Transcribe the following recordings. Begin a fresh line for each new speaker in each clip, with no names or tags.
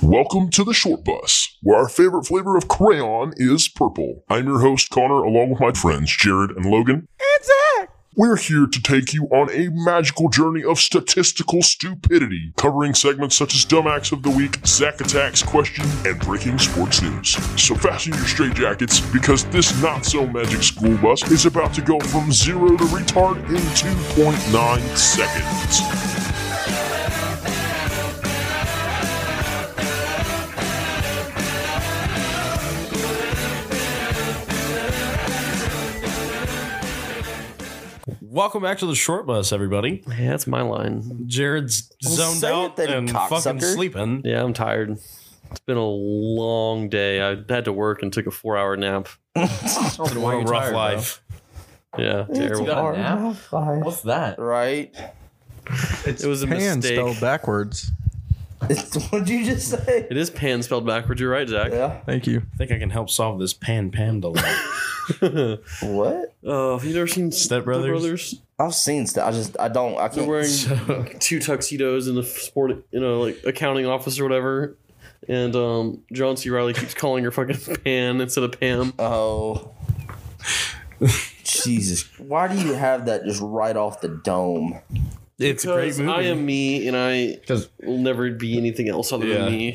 Welcome to the Short Bus, where our favorite flavor of crayon is purple. I'm your host, Connor, along with my friends, Jared and Logan.
And Zach!
We're here to take you on a magical journey of statistical stupidity, covering segments such as Dumb Acts of the Week, Zach Attacks Question, and Breaking Sports News. So fasten your straitjackets, because this not so magic school bus is about to go from zero to retard in 2.9 seconds.
Welcome back to the short bus, everybody.
Yeah, that's my line.
Jared's
Well,
zoned
say it
out
then,
and fucking
cocksucker.
sleeping.
Yeah, I'm tired. It's been a long day. I had to work and took a four hour nap.
It's been a rough life.
Yeah, terrible.
got a nap? What's that?
Right?
It was a
Pan
mistake.
spelled backwards.
What'd you just say?
It is pan spelled backwards. You're right, Zach.
Yeah.
Thank you.
I think I can help solve this pan pan dilemma.
What?
Oh, have you never seen Step
Brothers?
I've seen stuff. I just, I don't, I
They're
can't.
wearing two tuxedos in the sport, you know, like accounting office or whatever. And um, John C. Riley keeps calling her fucking Pan instead of Pam.
Oh. Jesus. Why do you have that just right off the dome?
it's a great
Because
movie.
I am me, and I
Because
will never be anything else other
Yeah.
than me.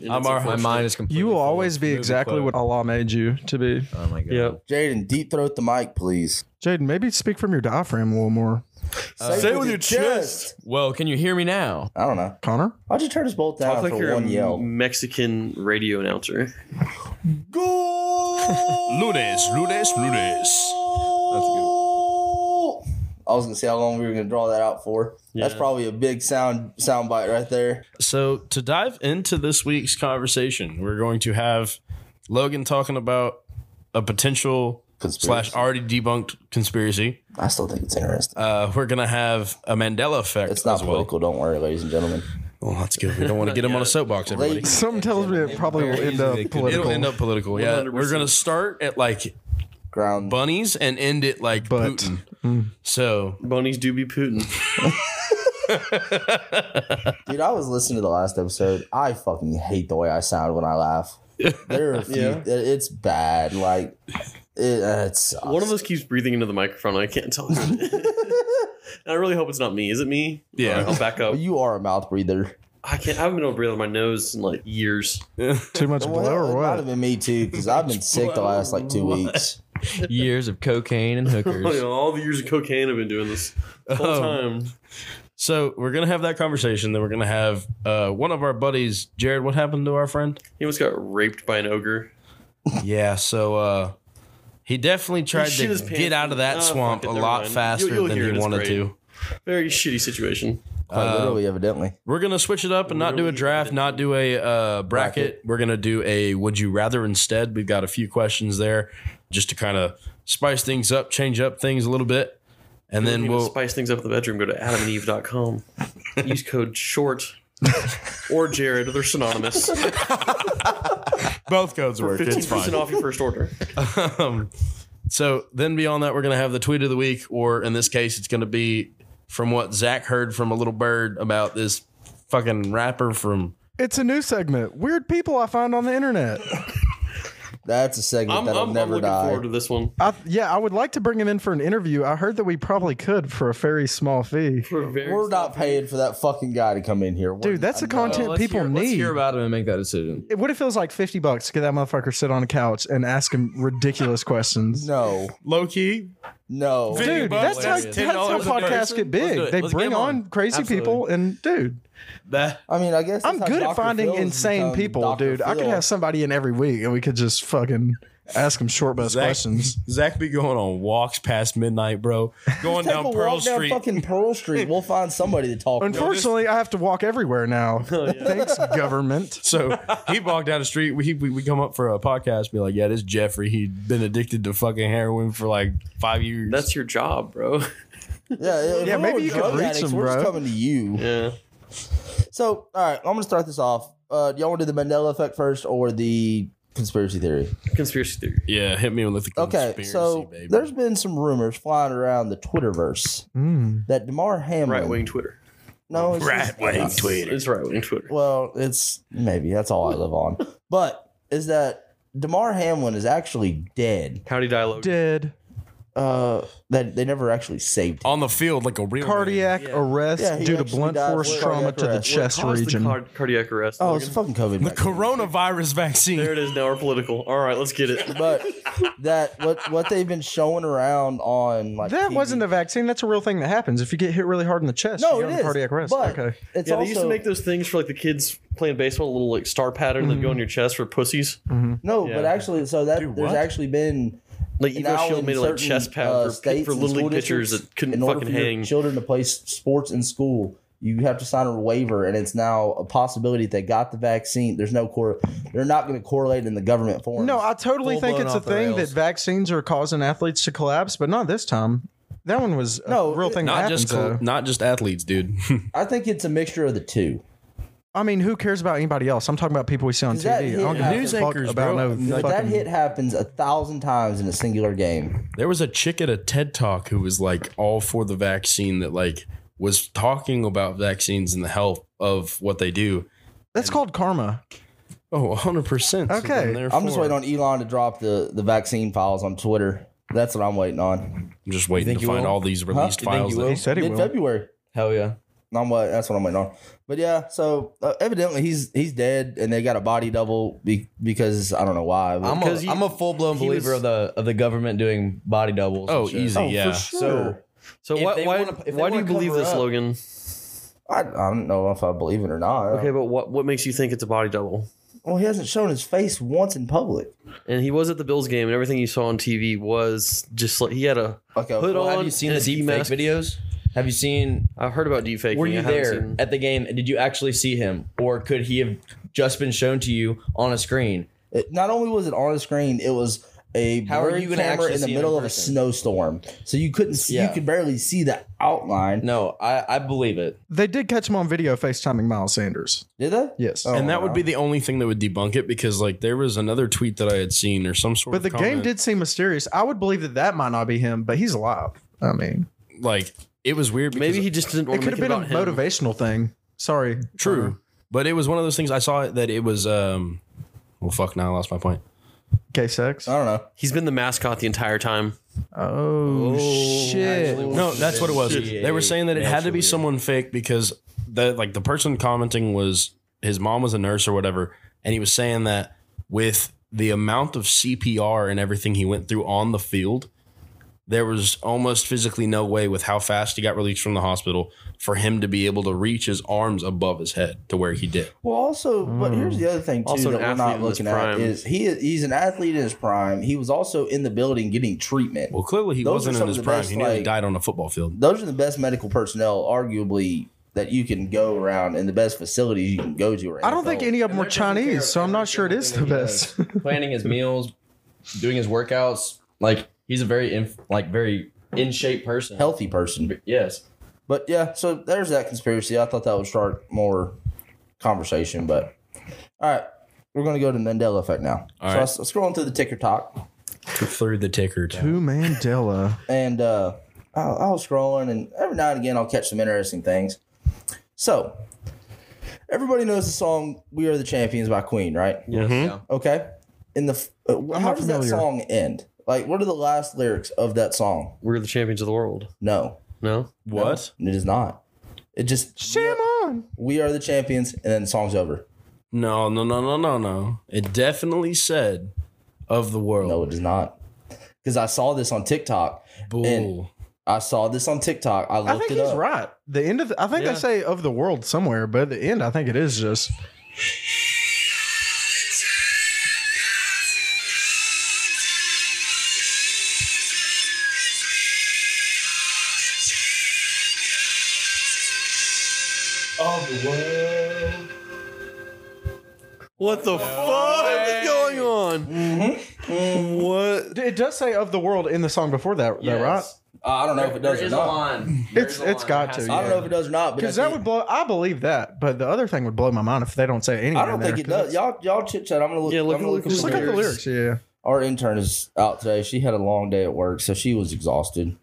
And
I'm
it's
our, my
unfortunate.
mind is completely.
You will
full of
always be
movie
exactly
quote.
what Allah made you to be.
Oh my god.
Yep.
Jaden, deep throat the mic, please.
Jaden, maybe speak from your diaphragm a little more.
say it with your chest.
Well, can you hear me now?
I don't know.
Connor?
Why'd you turn us both down
Talk like
Uh, for
you're a
one yell?
Mexican radio announcer.
Lunes, lunes, lunes.
That's good.
I was gonna say how long we were gonna draw that out for. That's
Yeah.
probably a big sound sound bite right there.
So to dive into this week's conversation, we're going to have Logan talking about a potential
Conspiracy.
slash already debunked conspiracy.
I still think it's interesting.
Uh, we're gonna have a Mandela effect.
It's not
as well.
political, don't worry, ladies and gentlemen.
Well, that's good. We don't want to get him on a soapbox, everybody.
Ladies
Something
and
tells me it
gentlemen,
probably will end up
It'll
political.
end up political. Yeah, we're
100%.
gonna start at like
ground
bunnies and end it like
But-
Putin.
mm.
So
Bunnies do be Putin.
Dude, I was listening to the last episode. I fucking hate the way I sound when I laugh. There are a few, it- it's bad. Like it, uh, it sucks.
One of us keeps breathing into the microphone. I can't tell. who it is. I really hope it's not me. Is it me?
Yeah.
Alright, I'll back
Well,
up.
Oh, you are a mouth breather.
I can't. I haven't been able to breathe out of my nose in like years.
Too much blow
it
or
might have
what?
been me too, because I've been sick the last like two weeks.
Years of cocaine and
You
hookers.
know, all the years of cocaine I've been doing this the whole
Oh.
time.
so we're gonna have that conversation. Then we're gonna have uh, one of our buddies, Jared. What happened to our friend?
He almost got raped by an ogre.
Yeah. So uh, he definitely tried
shit
to
his pants.
get out of that
Ah,
swamp
fuck it,
a
never
lot
mind.
faster
You'll- you'll
than
hear it,
he
it's
wanted
great.
to.
Very shitty situation.
Quite
Uh,
literally, evidently.
We're gonna switch it up and not do a
Literally
draft, not do a uh, bracket.
Bracket.
We're gonna do a would you rather instead. We've got a few questions there, just to kind of spice things up, change up things a little bit, and
If
then
you wanna
we'll
spice things up in the bedroom. Go to adamandeve.com. Use code short or Jared. They're synonymous.
both codes work.
Fifteen percent off your first order.
Um, so then beyond that, we're gonna have the tweet of the week, or in this case, it's gonna be from what Zach heard from a little bird about this fucking rapper from.
It's a new segment. Weird people I find on the internet.
That's a segment
I'm,
that'll
I'm, I'm
never
looking
die.
forward to this one.
I, yeah, I would like to bring him in for an interview. I heard that we probably could for a very small fee.
For a very
We're not paying for that fucking guy to come in here.
Dude, that's the
Well,
content
let's
people
hear,
need.
Let's hear about him and make that decision.
It- what if it was like 50 bucks to get that motherfucker sit on a couch and ask him ridiculous questions?
no,
Low key,
no.
Dude,
bucks,
that's how,
that's
that's how
$10 a
podcasts
Let's do
get
person.
big.
it.
They
Let's
bring
get 'em
on,
on.
crazy people, and dude,
that
I mean, I guess that's
I'm
how
good at
Dr.
finding
Phil's
insane
become
people,
Dr.
dude. I could
Phil.
have somebody in every week, and we could just fucking ask them short bus
Zach-
questions.
Zach be going on walks past midnight, bro. Going
Take
down
a
Pearl
walk down
Street.
fucking Pearl Street. We'll find somebody to talk. to.
Unfortunately, I have to walk everywhere now.
Oh,
Thanks, government.
So he walked down the street. We, we we come up for a podcast. Be like, yeah, this Jeffrey. He'd been addicted to fucking heroin for like five years.
That's your job, bro.
Yeah, if
Yeah,
we're
maybe
on
you could
drug
reach
addicts,
them,
We're just
bro.
coming to you.
Yeah.
So, all right, I'm gonna start this off. Uh, do y'all want to do the Mandela effect first or the conspiracy theory?
Conspiracy theory.
yeah. Hit me with the
Okay,
conspiracy,
so
baby.
there's been some rumors flying around the Twitterverse
Mm.
that Demar Hamlin,
Right wing Twitter.
No, it's
Right
just-
wing Twitter.
It's right wing Twitter.
Well, it's maybe that's all I live on. But is that Damar Hamlin is actually dead?
Howdy dialogue.
Dead.
Uh, that they never actually saved. Him.
on the field like a real
Cardiac
Yeah.
arrest
Yeah, he
due to
actually
blunt
died of
force
cardiac
trauma to the
arrest. What
chest
Caused the
region.
car- cardiac arrest.
Oh,
Logan.
it's fucking COVID.
man. The
vaccine.
coronavirus vaccine.
there it is. Now we're political. All right, let's get it.
But that what what they've been showing around on like
That
TV
wasn't a vaccine. That's a real thing that happens. If you get hit really hard in the chest,
No,
you
it
get
is.
cardiac arrest.
But
okay.
It's
yeah,
also,
they used to make those things for like the kids playing baseball, a little like star pattern that go on your chest for pussies.
no,
Yeah.
but actually, so that there's
what?
actually been
Like
an
Evo
owl
Shield
in
made a like
certain,
chest pad
uh,
for,
states
for
and
little
school
league pitchers
districts,
that couldn't
in order
fucking
for your
hang.
children to play s- sports in school. You have to sign a waiver, and it's now a possibility that they got the vaccine. There's no core. They're not going to correlate in the government form.
No, I totally
Full
think
blown
it's a
off the
thing that
rails.
vaccines are causing athletes to collapse, but not this time. That one was a
No,
real
it-
thing that
Not
happens.
just
though.
not just athletes, dude.
I think it's a mixture of the two.
I mean, who cares about anybody else? I'm talking about people we see on
Does that
TV. I
hit
don't give a
news
fuck
anchors,
about
bro?
no
But
fucking-
that hit happens a thousand times in a singular game.
There was a chick at a TED talk who was like all for the vaccine that like was talking about vaccines and the health of what they do.
That's called karma.
Oh, 100%.
Okay.
I'm just waiting on Elon to drop the, the vaccine files on Twitter. That's what I'm waiting on.
I'm just waiting
think
to
you
find
will?
all these released
You think
files.
you
that-
will?
He said he
Mid
will.
February.
Hell yeah.
I'm what that's what I'm waiting on. But yeah, so uh, evidently he's he's dead, and they got a body double be, because I don't know why. but-
I'm a,
Because he-
am a full blown
he
believer
was-
of the of the government doing body doubles. and
Oh,
shit.
easy. yeah.
So
So
If
why
they
why,
wanna- if they
why do you
wanna
believe
cover
this,
up-
Logan?
I, I don't know if I believe it or not.
Okay, but what what makes you think it's a body double?
Well, he hasn't shown his face once in public.
And he was at the Bills game, and everything you saw on TV was just like he had a.
Okay,
Hood
Well, have
on
you seen
and
the
a
deep fake
mask.
videos? Have you seen?
I've heard about deepfaking.
Were
I
you
haven't
there
seen-
at the game? Did you actually see him, or could he have just been shown to you on a screen?
It- not only was it on the screen, it was a
How are
blurry
you gonna
camera
actually
in the
see it in
middle of a
person?
snowstorm, so you couldn't see, you
Yeah.
could barely see the outline.
No, I, I believe it.
They did catch him on video FaceTiming Miles Sanders.
Did they?
Yes.
Oh,
and that would
wow.
be the only thing that would debunk it because like there was another tweet that I had seen or some sort
but
of
the game
comment,
did seem mysterious. I would believe that that might not be him, but he's alive. I mean,
like it was weird because
Maybe he just didn't
it
want to
could have
make it
been a
about him.
motivational thing. Sorry.
True.
Uh-huh.
But it was one of those things I saw that it was um well fuck now I lost my point.
Gay sex.
I don't know.
He's been the mascot the entire time.
Oh, shit.
No, that's what it was.
Shit.
They were saying that it had to be
Naturally.
someone fake because the like the person commenting was his mom was a nurse or whatever, and he was saying that with the amount of CPR and everything he went through on the field, there was almost physically no way with how fast he got released from the hospital for him to be able to reach his arms above his head to where he did.
Well, also, but here's the other thing
Mm.
too
Also an
that we're
athlete
not
in his
looking at
prime.
is he he's an athlete in his prime. He was also in the building getting treatment.
Well, clearly he
Those are
wasn't in
some of
his
the
prime.
best,
he nearly
like-
died on a football field.
Those are the best medical personnel, arguably, that you can go around and the best facilities you can go to. Right
I don't think any of them were Chinese, so I'm not sure it is the best.
Planning his meals, doing his workouts. Like he's a very in, like very in shape person.
healthy person.
Yes.
But yeah, so there's that conspiracy. I thought that would start more conversation, but all right. We're gonna go to Mandela effect now.
All
so
right.
I was scrolling through the ticker talk,
Through the ticker.
Who Mandela?
and uh, I, I was scrolling, and every now and again I'll catch some interesting things. So everybody knows the song "We Are the Champions" by Queen, right? Okay. In the f- uh, how
not
does that
familiar.
song end? Like, what are the last lyrics of that song?
We're the champions of the world.
No,
No,
What?
it is not. It just
Shame on.
we are the champions, and then the song's over.
No, no, no, no, no, no. It definitely said of the world.
No, it does not. Because I saw this on TikTok.
Bull.
and- I saw this on TikTok. I looked
I think
it
he's
up.
right. The end of the, I think
Yeah.
they say of the world somewhere, but at the end, I think it is just
What the fuck is going on?
Mm-hmm.
What?
it does say of the world in the song before that, though, right?
Uh, I don't know if it does or not.
line.
It's it's got to
I don't know if it does or not.
because that would blow. I believe that, but the other thing would blow my mind if they don't say anything.
I don't think it does. Y'all, y'all chit chat. I'm gonna look.
Yeah, look-
I'm gonna
look-
up
Just look at the lyrics.
lyrics.
Yeah,
Our intern is out today. She had a long day at work, so she was exhausted.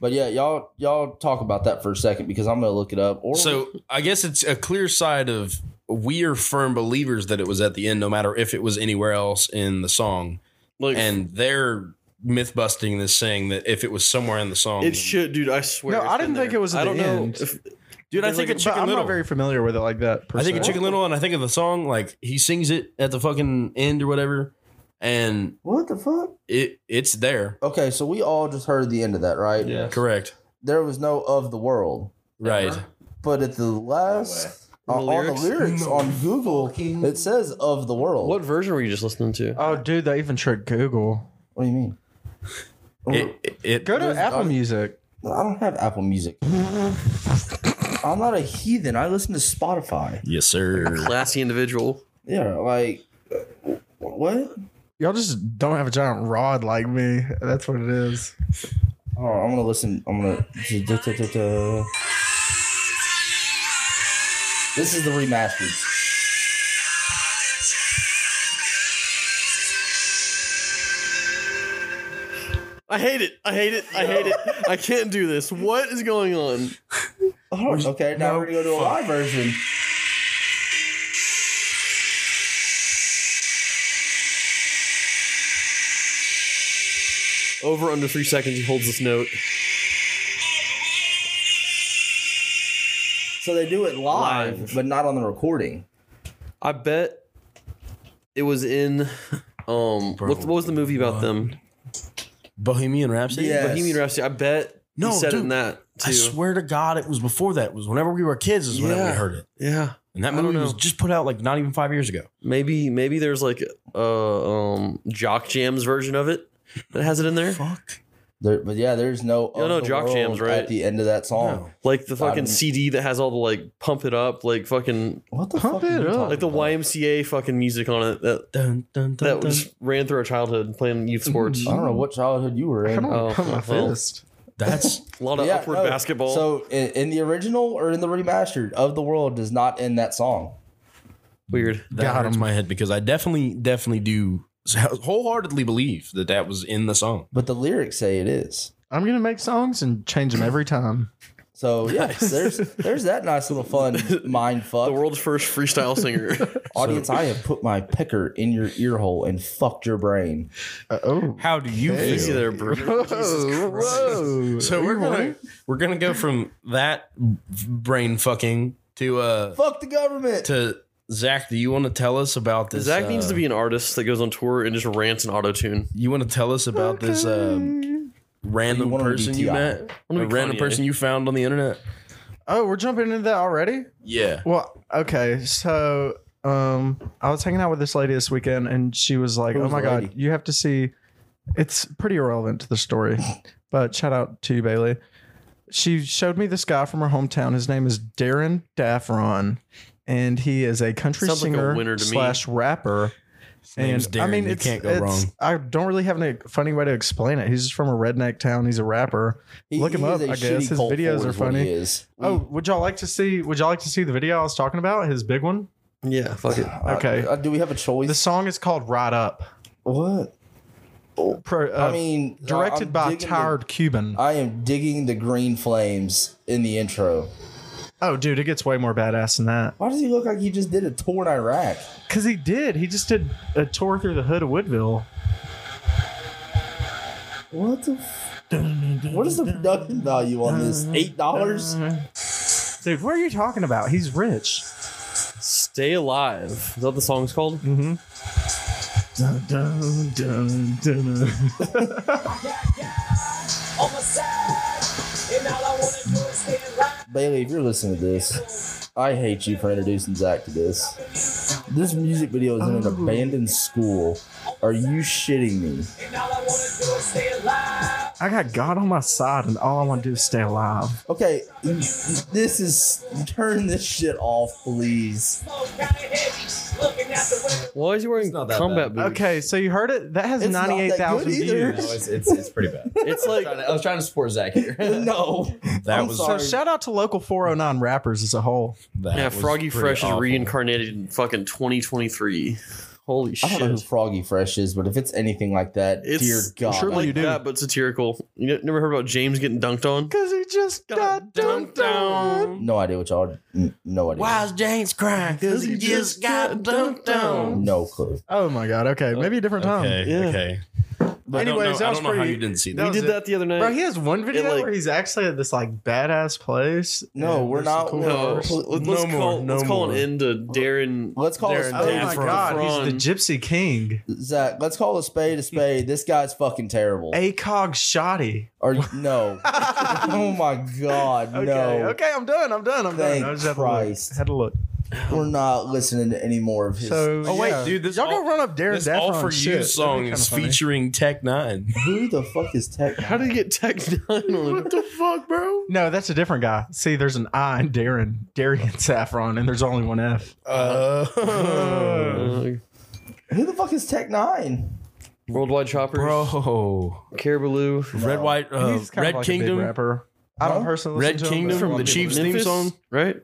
But yeah, y'all y'all talk about that for a second because I'm gonna look it up. Or
So I guess it's a clear side of we are firm believers that it was at the end, no matter if it was anywhere else in the song.
Like
And they're myth busting this saying that if it was somewhere in the song,
it should, dude. I swear.
No,
it's
I
been
didn't think
there.
it was at
I
the
don't
end.
know. If,
dude, I
Like,
think of
but
Chicken
I'm
Little.
not very familiar with it like that. Per
I think
se.
of Chicken Little, and I think of the song like he sings it at the fucking end or whatever, and
what the fuck?
it it's there.
Okay, so we all just heard the end of that, right?
Yeah.
Correct.
There was no of the world,
Right.
but at the last
No way.
uh, on the
Lyrics?
lyrics on Google, it says of the world.
what version were you just listening to?
Oh, dude, they even tricked Google.
What do you mean?
It, it,
Go to Apple Music.
I don't have Apple Music. I'm not a heathen. I listen to Spotify.
yes, sir.
Classy individual.
Yeah, like uh, what?
Y'all just don't have a giant rod like me. That's what it is.
Oh, I'm gonna listen. I'm gonna. da- da- da- da. This is the remastered.
I hate it. I hate it. I hate it. I can't do this. What is going on?
Oh, okay, now we're gonna go to a live version.
Over under three seconds, he holds this note.
So they do it live,
Live.
but not on the recording.
I bet it was in. Um, what, what was the movie about them?
Bohemian Rhapsody.
Yeah. Yes.
Bohemian Rhapsody. I bet
No,
he said it in
dude.
that too.
I swear to God, it was before that. It was whenever we were kids is whenever we
Yeah.
heard it.
Yeah,
And that
I don't
movie was
know.
just put out like not even five years ago.
maybe maybe there's like a um, Jock Jams version of it that has it in there.
Fuck.
There, but yeah, there's no.
Yeah,
of
no,
the
Jock Jam's,
world
right?
At the end of that song.
Like the fucking
Um,
CD that has all the like pump it up, like fucking
What the
Pump
fuck? are
it
you
up.
talking
like the
about?
YMCA fucking music on it that
Dun, dun, dun,
that
dun.
just ran through our childhood playing youth sports.
I don't know what childhood you were
I
in.
don't
Oh,
want to put my
well.
fist.
That's
A lot of
Yeah,
upward
no.
basketball.
So in, in the original or in the remastered of the world does not end that song.
Weird.
that
Got
hurts my head because I definitely, definitely do wholeheartedly believe that that was in the song.
But the lyrics say it is.
I'm gonna make songs and change them every time.
So yes, there's there's that nice little fun mind fuck.
The world's first freestyle singer.
Audience, I have put my picker in your ear hole and fucked your brain.
Uh, oh,
How do you
Hey.
Easy there, bro.
whoa, whoa.
So
Are
we're
you
gonna
ready?
we're gonna go from that brain fucking to uh
Fuck the government.
to Zach. Do you want to tell us about this?
Zach needs
uh,
to be an artist that goes on tour and just rants and auto tune.
You want to tell us about this um random
You wanna be
person you
T.I.
met, a
wanna be
random
Kanye.
person you found on the internet?
Oh, we're jumping into that already.
Yeah.
Well, okay. So, um, I was hanging out with this lady this weekend, and she was like,
Who's
"Oh my
the
god,
lady?
you have to see." It's pretty irrelevant to the story, but shout out to you, Bailey. She showed me this guy from her hometown. His name is Darren Daffron, and he is a country
Sounds like a
singer
winner to me.
slash rapper.
name's Darren. You can't go wrong.
I don't really have any funny way to explain it. He's just from a redneck town. He's a rapper.
He-
Look him
he's
up.
a
I
shitty
guess his
Colt
videos
Ford
are
is what
funny.
he Is.
Oh, would y'all like to see? Would y'all like to see the video I was talking about? His big one.
Yeah, fuck it.
Uh,
okay.
uh, do we have a choice?
The song is called "Ride Up."
what?
Pro, uh,
I mean, uh,
directed
I'm
by
digging
Tired Cuban.
The, I am digging the green flames in the intro.
oh, dude, it gets way more badass than that.
Why does he look like he just did a tour in Iraq?
Cause he did. He just did a tour through the hood of Woodville.
What the? F- what is the production value on this? Eight dollars.
Dude, what are you talking about? He's rich.
Stay alive. Is that what the song's called?
Dun, dun, dun, dun, dun.
Bailey, if you're listening to this, I hate you for introducing Zach to this. This music video is in an
Oh.
abandoned school. Are you shitting me?
I got God on my side, and all I want to do is stay alive.
Okay, this is turn this shit off, please.
Why is he wearing
not that
combat boots?
Okay, so you heard it. That has
It's not that good
ninety-eight thousand
either.
views.
it's, it's, it's pretty bad.
It's like
I was trying to support Zach here.
No,
That
I'm
was
So
sorry.
shout out to local 409 rappers as a whole.
that
yeah,
was
Froggy
pretty
Fresh
awful.
is reincarnated in fucking 2023. Holy
I don't know who
shit.
Froggy Fresh is, but if it's anything like that,
It's
dear God,
surely
you do.
that, but satirical. You ne- never heard about James getting dunked on?
Because he just got dunked on.
no idea what y'all. n- No idea.
Why is James crying? Because he just got dunked on.
No clue.
Oh my god. Okay, maybe a different time.
Okay,
Yeah.
okay.
But
I don't
anyways,
know,
that
I
was
don't know how
pretty-
you didn't see
that
that.
We
was
did
it.
that the other night.
Bro, he has one video
like-
where he's actually at this like badass place.
No,
and
we're
there's some
not-
cool
no.
no,
cars.
Oh, let's,
No
let's
more,
call,
no
let's call an
more.
end to Darren.
Let's call a
Darren
Oh
spade.
my
Daffron.
god, he's the Gypsy King.
Zach, let's call a spade a spade. This guy's fucking terrible.
ACOG Shoddy.
Or no. oh my god,
Okay,
no.
okay, I'm done. I'm done. I'm
Thank
done. I just had
Christ.
to look. Had to look.
We're not listening to any more of his.
So,
Oh, wait,
yeah.
dude, this
y'all
all-
gonna run up Darren
This
Daffron
All For
shit.
You
That'd be
song
kinda
is
funny.
featuring Tech Nine.
Who the fuck is Tech?
How did he get Tech Nine on?
the fuck, bro?
No, that's a different guy. See, there's an I in Darren, Darian Saffron, and there's only one F.
Uh,
Uh,
Who the fuck is Tech Nine?
Worldwide Choppers,
bro.
Caribou,
Red White, uh,
He's kind of
Red
like a big
Kingdom.
rapper. I
Huh?
don't personally
Red
listen to him,
Kingdom
but a
from
lot
the
of people
Chiefs
do.
theme
Memphis,
song?
right?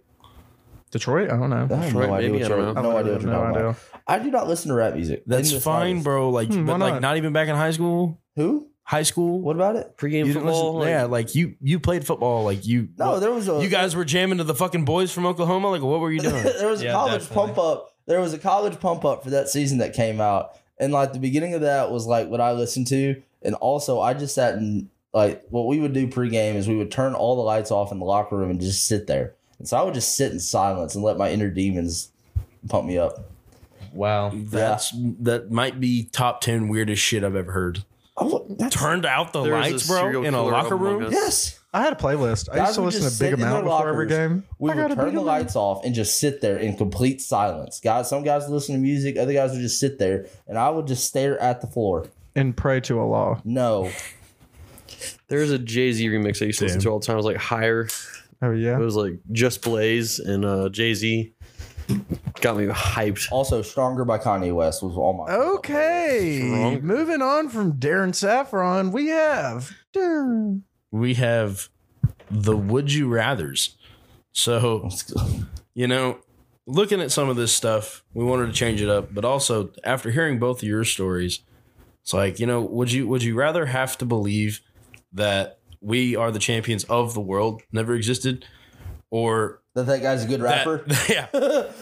Detroit. I don't know.
I have
Right,
no idea
maybe,
what
I don't
you're,
know.
no
I
idea
have
what you're
no
talking
idea.
about. I do not listen to rap music.
That's
In the
fine,
slightest.
bro. Like,
Hmm,
but
why
like
not?
not even back in high school,
Who?
high school.
What about it?
Pre-game
you didn't listen-
football. like-
yeah, like you you played football. Like you.
No,
what-
there was a
you guys were jamming to the fucking boys from Oklahoma. Like, what were you doing?
there was a
Yeah,
college
definitely.
pump up. There was a college pump up for that season that came out, and like the beginning of that was like what I listened to, and also I just sat and like what we would do pregame is we would turn all the lights off in the locker room and just sit there, and so I would just sit in silence and let my inner demons pump me up.
Wow.
That's that might be top ten weirdest shit I've ever heard.
Oh, that's
Turned out the
There was a
lights, bro,
serial
in a
killer
locker
among
room.
us.
yes.
I had a playlist. I
Guys
used to
would
listen
just
to Big
sit in their
Amount before every
lockers.
game.
We
I
would
got a
turn
Big
the
Amount.
lights off and just sit there in complete silence. Guys, some guys would listen to music, other guys would just sit there, and I would just stare at the floor.
and pray to Allah.
No,
There's a Jay Z remix I used to listen
Damn.
to all the time. It was like higher.
Oh
It
yeah.
was like Just Blaze and uh, Jay Z. Got me hyped.
Also, Stronger by Kanye West was all
Oh,
my.
Okay.
Wrong.
Moving on from Darren Saffron, we have Darren.
We have the Would You Rather's. So you know, looking at some of this stuff, we wanted to change it up, but also after hearing both of your stories, it's like, you know, would you would you rather have to believe that we are the champions of the world, never existed, or
That that guy's a good
that-
rapper.
yeah.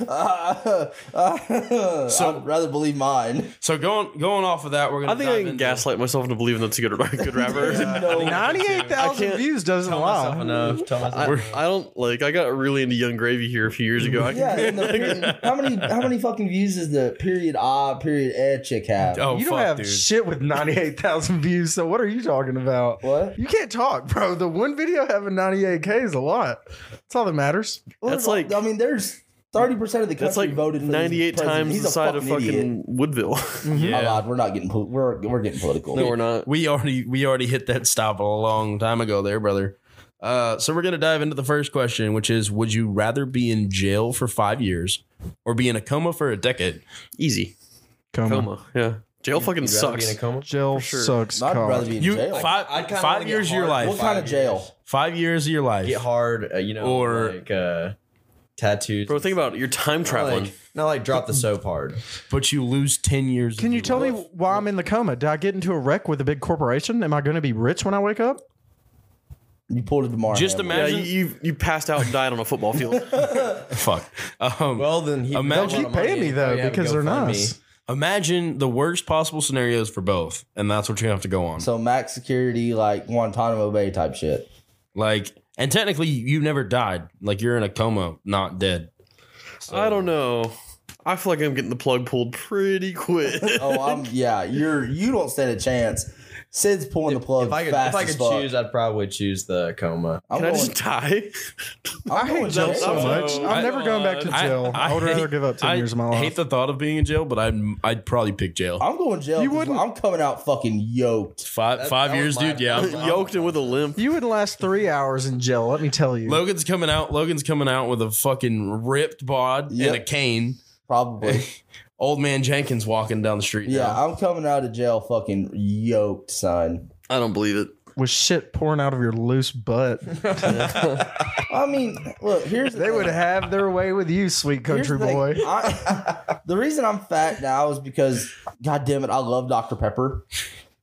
Uh, uh,
So-
I'd rather believe mine.
So going going off of that, we're gonna.
I think I
dive
can
into-
gaslight myself into believing that's a good, good rapper.
No,
Ninety-eight
I
thousand
can't
views doesn't
Tell myself
lie.
enough. Tell myself.
I, I don't like. I got really into Young Gravy here a few years ago. I can,
yeah. and the period- how many how many fucking views does the period I period eh chick have?
Oh
you
fuck,
don't have
dude!
shit with ninety-eight thousand views. So what are you talking about?
What?
You can't talk, bro. The one video having ninety-eight k is a lot. That's all that matters.
Well,
that's
there's-
like-
I mean, there's thirty percent of the country
that's like
voted for this
98
president.
times
He's
the
a
side of fucking
idiot.
Woodville.
yeah.
Oh, God, we're not getting pol- we're we're getting political.
no, we're not.
we already we already hit that stop a long time ago there brother uh, so we're gonna dive into the first question which is would you rather be in jail for five years or be in a coma for a decade
Easy
Coma.
coma. Yeah, jail fucking
You'd rather be
sucks.
in a coma?
Jail
sure.
sucks.
I'd
cock.
rather be in
you
jail.
five,
I'd kinda wanna
five
get
years of your
hard.
life
what kind of
five
jail?
years.
five years of your life
Get hard, uh, you know,
Or-
like uh, tattoos.
Bro, think about it. You're time
Not
traveling.
like, not like drop the soap hard.
but you lose 10 years
Can
of
you
your
tell me
life.
why I'm in the coma? Did I get into a wreck with a big corporation? Am I going to be rich when I wake up?
You pulled it tomorrow.
just
Hamlin.
yeah,
imagine
you, you you passed out and died on a football field.
fuck um,
Well, then he
Imagine-
Keep paying me
Oh,
though, because they're nice.
imagine the worst possible scenarios for both and that's what you have to go on
So max security, like Guantanamo Bay type shit.
like and technically you never died like you're in a coma not dead
I don't know. I feel like I'm getting the plug pulled pretty quick.
Oh, I'm yeah. You're you don't stand a chance. Sid's pulling the plug
If I could,
fast
if I
as
could
fuck.
choose, I'd probably choose the coma.
I'm
Can I
going,
just die?
I'm
I hate
going
jail
jail.
so
Oh,
much. I'm
I-
never going back to
I-
jail. I,
I
would rather
hate-
give up ten
I
years of my life.
hate the thought of being in jail but i'd i'd probably pick jail
I'm going jail.
You
You
wouldn't-
I'm coming out fucking yoked.
Five
That-
five
that
years,
was my-
dude. Yeah.
that was my-
Yoked and with a limp.
you would last three hours in jail. Let me tell you.
Logan's coming out. Logan's coming out with a fucking ripped bod
Yep.
and a cane.
Probably.
Old man Jenkins walking down the street.
yeah,
now.
I'm coming out of jail fucking yoked, son.
I don't believe it.
with shit pouring out of your loose butt.
I mean, look, here's the
They
thing.
would have their way with you, sweet
Here's
country
the thing.
boy.
I- the reason I'm fat now is because, god damn it, I love Dr. Pepper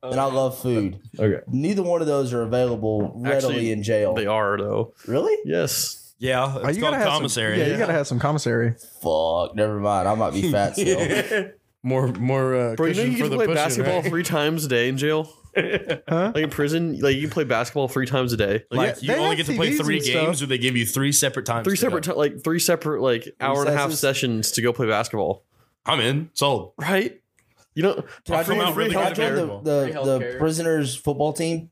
and I love food.
Okay.
Neither one of those are available readily
Actually,
in jail.
They are though.
Really?
Yes.
Yeah,
Oh,
it's called
have some-
commissary.
yeah, you gotta have some commissary.
Fuck, never mind. I might be fat still.
More, more. Uh,
Bro, you know
cushion
you
for
can
the
play
pushing,
basketball
right?
three times a day in jail.
Huh?
Like in prison, like you can play basketball three times a day. Like,
Like
Yeah,
you
they
only
have
get to play
TVs
three
and stuff.
games, or they give you three separate times.
three
to do
separate,
it.
ti like three separate, like hour and a half sessions to go play basketball.
I'm in. Sold.
Right? You know,
Can I
I'll come
join,
out really
can I
good
join
at
the,
basketball.
the,
Free
the
healthcare.
prisoners football team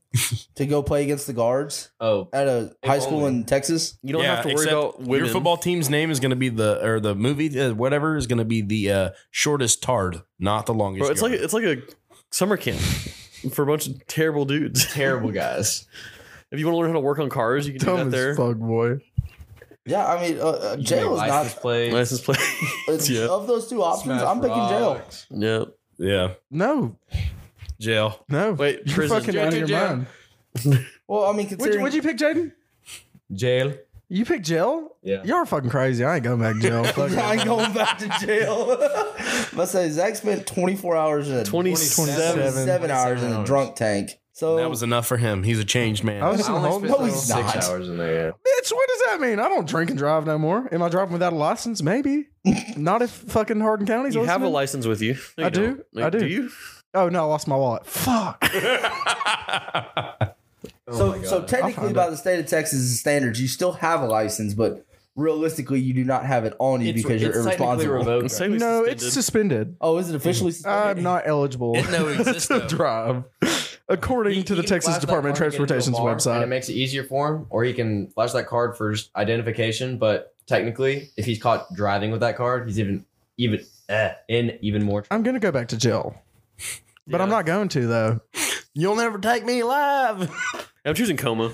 to go play against the guards
Oh,
at a
If
high school
only.
in Texas?
you don't
Yeah,
have to worry
except
about women.
Your football team's name is going to be the or the movie uh, whatever is going to be the uh, shortest tard, not the longest.
Bro, it's like
yard.
it's like a summer camp for a bunch of terrible dudes.
terrible guys.
If you want to learn how to work on cars, you can do
Dumb
that there.
as fuck, boy.
Yeah, I mean, uh, uh,
You can make
jail is
license
not.
plates,
License plate.
It's,
Yeah.
Of those two options,
smash
I'm picking jail.
rocks.
yeah.
yeah,
No,
jail.
no.
Wait,
you're
prison.
fucking out of your mind.
Well, I mean,
What'd
considering
you, what'd you pick, Jaden?
Jail.
You picked jail?
Yeah.
Y'all are fucking crazy. I ain't going back to jail. Fuck
I
it.
ain't going back to jail. but say Zach spent 24 hours in a
27.
27 hours in a
hours.
drunk tank. So
That was enough for him. He's a changed man.
I was in
I
the
only
home.
spent
No, he's
six
not.
hours in there.
Bitch, what does that mean? I don't drink and drive no more. Am I driving without a license? Maybe. Not if fucking Hardin County's
You have a
listening.
license with you. No, you
I do.
don't. Like,
I do.
Do you?
Oh no, I lost my wallet. Fuck.
so, so technically,
found
by the state of Texas standards, you still have a license, but realistically, you do not have it on you because you're irresponsible.
revoked.
Say we
no,
suspended.
it's suspended.
Oh, is it officially?
I'm not eligible
Didn't know it existed,
to
though.
drive, according
He-
to the
he can
Texas
flash that
Department of
card and get into a
Transportation's
bar, And it
website.
makes it easier for him, or he can flash that card for s- identification. But technically, if he's caught driving with that card, he's even even eh, in even more.
I'm gonna go back to jail, but I'm
Yeah.
not going to though.
You'll never take me alive.
I'm choosing coma.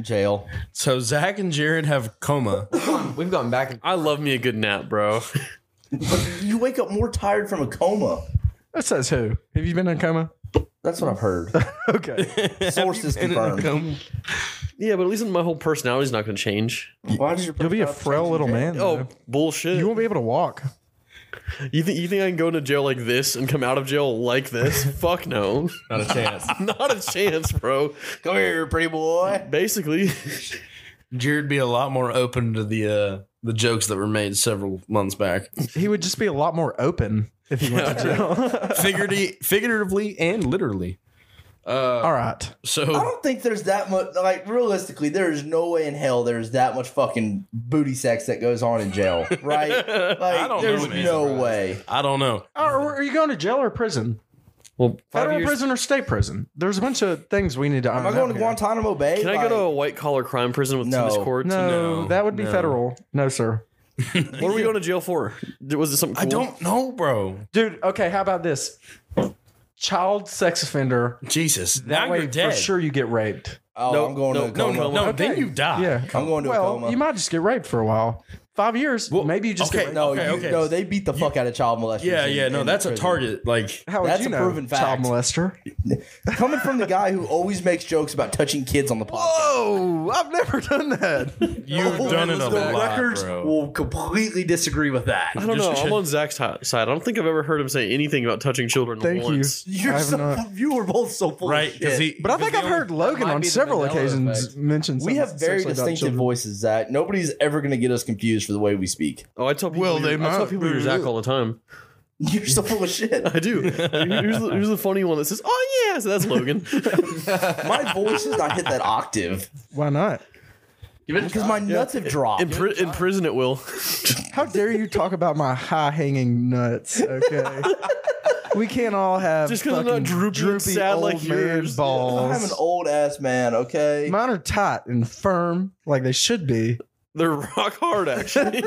jail.
So Zach and Jared have coma.
We've gone back. and
I love me a good nap, bro.
You wake up more tired from a coma.
That says who? Have you been in coma?
That's what I've heard.
Okay.
Sources confirmed.
yeah, but at least my whole personality's not going to change.
Why does your
You'll be a
personality
frail
change
little
in jail?
man.
Oh,
Oh,
bullshit.
you won't be able to walk.
You think you think I can go into jail like this and come out of jail like this? Fuck no.
Not a chance.
Not a chance, bro.
Come here, pretty boy.
Basically,
Jared be a lot more open to the uh, the jokes that were made several months back,
He would just be a lot more open if he went to jail.
Figuratively, figuratively and literally.
All right.
I
So
don't think there's that much. Like realistically, there is no way in hell there's that much fucking booty sex that goes on in jail, right? Like,
don't know,
there's
man.
no way.
I don't know.
Are, are you going to jail or prison?
well, five
Federal
years.
prison or state prison? There's a bunch of things we need to.
Am I going to Guantanamo Bay?
Can I go to a white collar crime prison with
No.
tennis courts?
No,
No,
that would be
no.
federal. No, sir.
What are we going to jail for? Did- Was it something? Cool?
I don't know, bro.
Dude, okay, how about this? Child sex offender.
Jesus,
That
now
way,
you're dead.
for sure, you get raped.
Oh,
No,
I'm going
no,
to a
No,
coma.
no, no. Then
Okay.
you die.
Yeah.
I'm going to a
Well,
coma.
you might just get raped for a while. Five years,
Well,
maybe you just
okay,
get raped.
no,
okay,
you-
okay.
no. They beat the fuck out of child molesters.
Yeah,
in-
yeah. No,
in
that's a
prison.
target. Like,
How would
That's
you
a
know?
proven
Child
fact.
molester.
Coming from the guy who always makes jokes about touching kids on the podcast,
Oh, I've never done that.
you've done it a
the
lot,
records
bro.
will completely disagree with that.
I don't know. I'm on Zach's ti- side. I don't think I've ever heard him say anything about touching children
Thank you.
once.
You're
I have
so,
not.
you were both so full of
right? Because
shit.
he,
But I think I've heard Logan
might
on
be the
several
Mandela
occasions
effect.
mention
We
something
have very
sexually about
distinctive
children.
voices, Zach. Nobody's ever going to get us confused for the way we speak.
Oh, I tell people.
Well,
you're-
they
I tell
might
people you're
be.
Zach all the time.
You're so full of shit.
I do. Who's the, who's the funny one that says, "Oh yeah"? So that's Logan.
My voice does not hit that octave
Why not?
because my nuts have dropped.
in, pri- in prison, it will.
How dare you talk about my high hanging nuts? Okay. we can't all have
Just 'cause I'm not
fucking
droopy and sad
old
like
man
yours.
balls.
I'm an old ass man, okay?
Mine are tight and firm, like they should be.
They're rock hard, actually.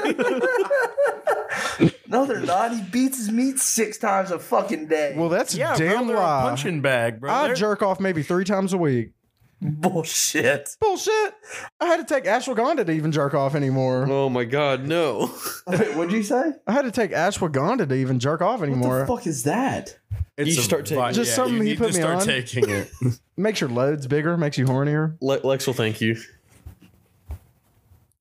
no, they're not. He beats his meat six times a fucking day.
Well, that's
yeah,
a damn
bro, they're a
lie.
punching bag, bro.
I
They're-
jerk off maybe three times a week.
bullshit.
Bullshit. I had to take ashwagandha to even jerk off anymore.
oh my god, no!
Wait, what'd you say?
I had to take ashwagandha to even jerk off
What
anymore.
the fuck is that?
It's
You
a
start taking
vi-
it.
Just something
you
he
need
put
to
me
start
on.
taking it.
Makes your loads bigger, makes you hornier.
Le- Lex will thank you.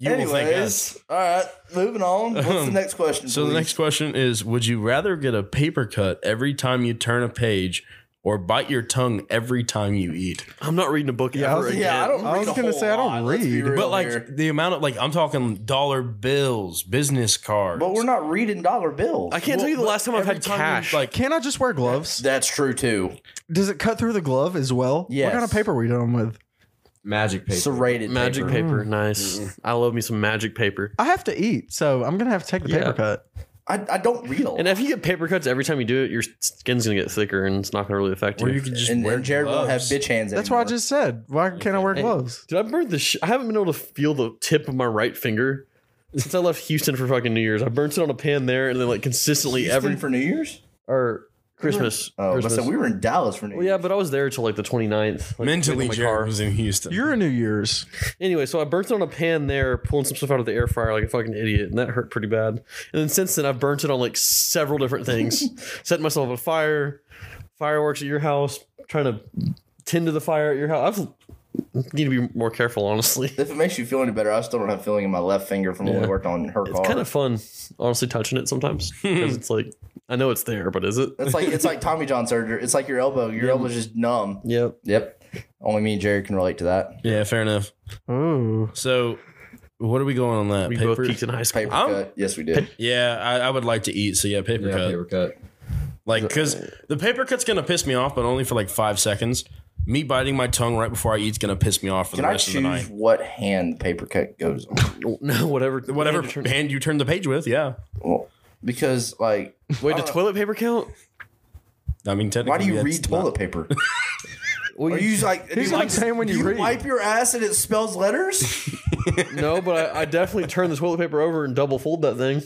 You will thank us.
all right, moving on. What's the next question?
So the
please?
next question is: Would you rather get a paper cut every time you turn a page, or bite your tongue every time you eat?
I'm not reading a book
Yeah, I
ever
was-
again.
Yeah, I don't.
I
read
was
a
gonna
whole
say, I don't
lot. Let's be
read.
real
But like
here.
the amount of like I'm talking dollar bills, business cards.
but we're not reading dollar bills.
I can't tell you the last time I've
every
had
time you,
cash.
Like
Can't I just wear gloves?
That's true too.
Does it cut through the glove as well?
Yes.
What kind of paper are we doing with?
Magic paper.
Serrated
magic
paper.
paper, nice. I love me some magic paper.
I have to eat, so I'm gonna have to take the
Yeah.
paper cut.
I, I don't read a lot.
And if you get paper cuts every time you do it, your skin's gonna get thicker, and it's not gonna really affect
or
you.
you could just
and,
wear
and Jared won't have
gloves.
bitch hands.
That's what I
anymore.
just said. Why can't I wear gloves?
Dude, I've burned the. Sh- I haven't been able to feel the tip of my right finger since I left Houston for fucking New Year's. I burnt it on a pan there, and then like consistently
Houston
every
for New Year's.
or Christmas.
Oh, but
Christmas.
so we were in Dallas for New
well,
Year's.
yeah, but I was there till like the 29th. Like,
mentally.
waiting on my
Jared was in Houston.
You're a New Year's.
Anyway, so I burnt it on a pan there, pulling some stuff out of the air fryer like a fucking idiot, and that hurt pretty bad. And then since then, I've burnt it on like several different things. Setting myself on fire, fireworks at your house, trying to tend to the fire at your house. I've need to be more careful, honestly.
If it makes you feel any better, I still don't have feeling in my left finger from when we
Yeah.
worked on her
It's
car.
kind of fun, honestly, touching it sometimes because it's like I know it's there, but is it?
it's like it's like Tommy John surgery. It's like your elbow. Your elbow's just numb.
Yep.
Yep. Only me and Jared can relate to that.
yeah, fair enough.
Ooh.
So what are we going on that
We both peaked in high school.
Paper
I'm-
cut. Yes, we did.
Yeah, I, I would like to eat. So yeah, paper
Yeah,
cut.
paper cut.
Like, because the paper cut's gonna piss me off, but only for like five seconds. Me biting my tongue right before I eat's gonna piss me off for
Can
the
I
rest of the night.
choose what hand the paper cut goes on?
No, whatever.
Whatever hand you turn the page with, yeah.
Well, because like,
Wait, the toilet paper count?
I mean, technically,
why do you
that's
read toilet paper?
Well,
Are
you,
you like? do
He's
you
not
like
saying when
do
you
you
read.
wipe your ass and it spells letters.
no, but I, I definitely turned the toilet paper over and double fold that thing.
What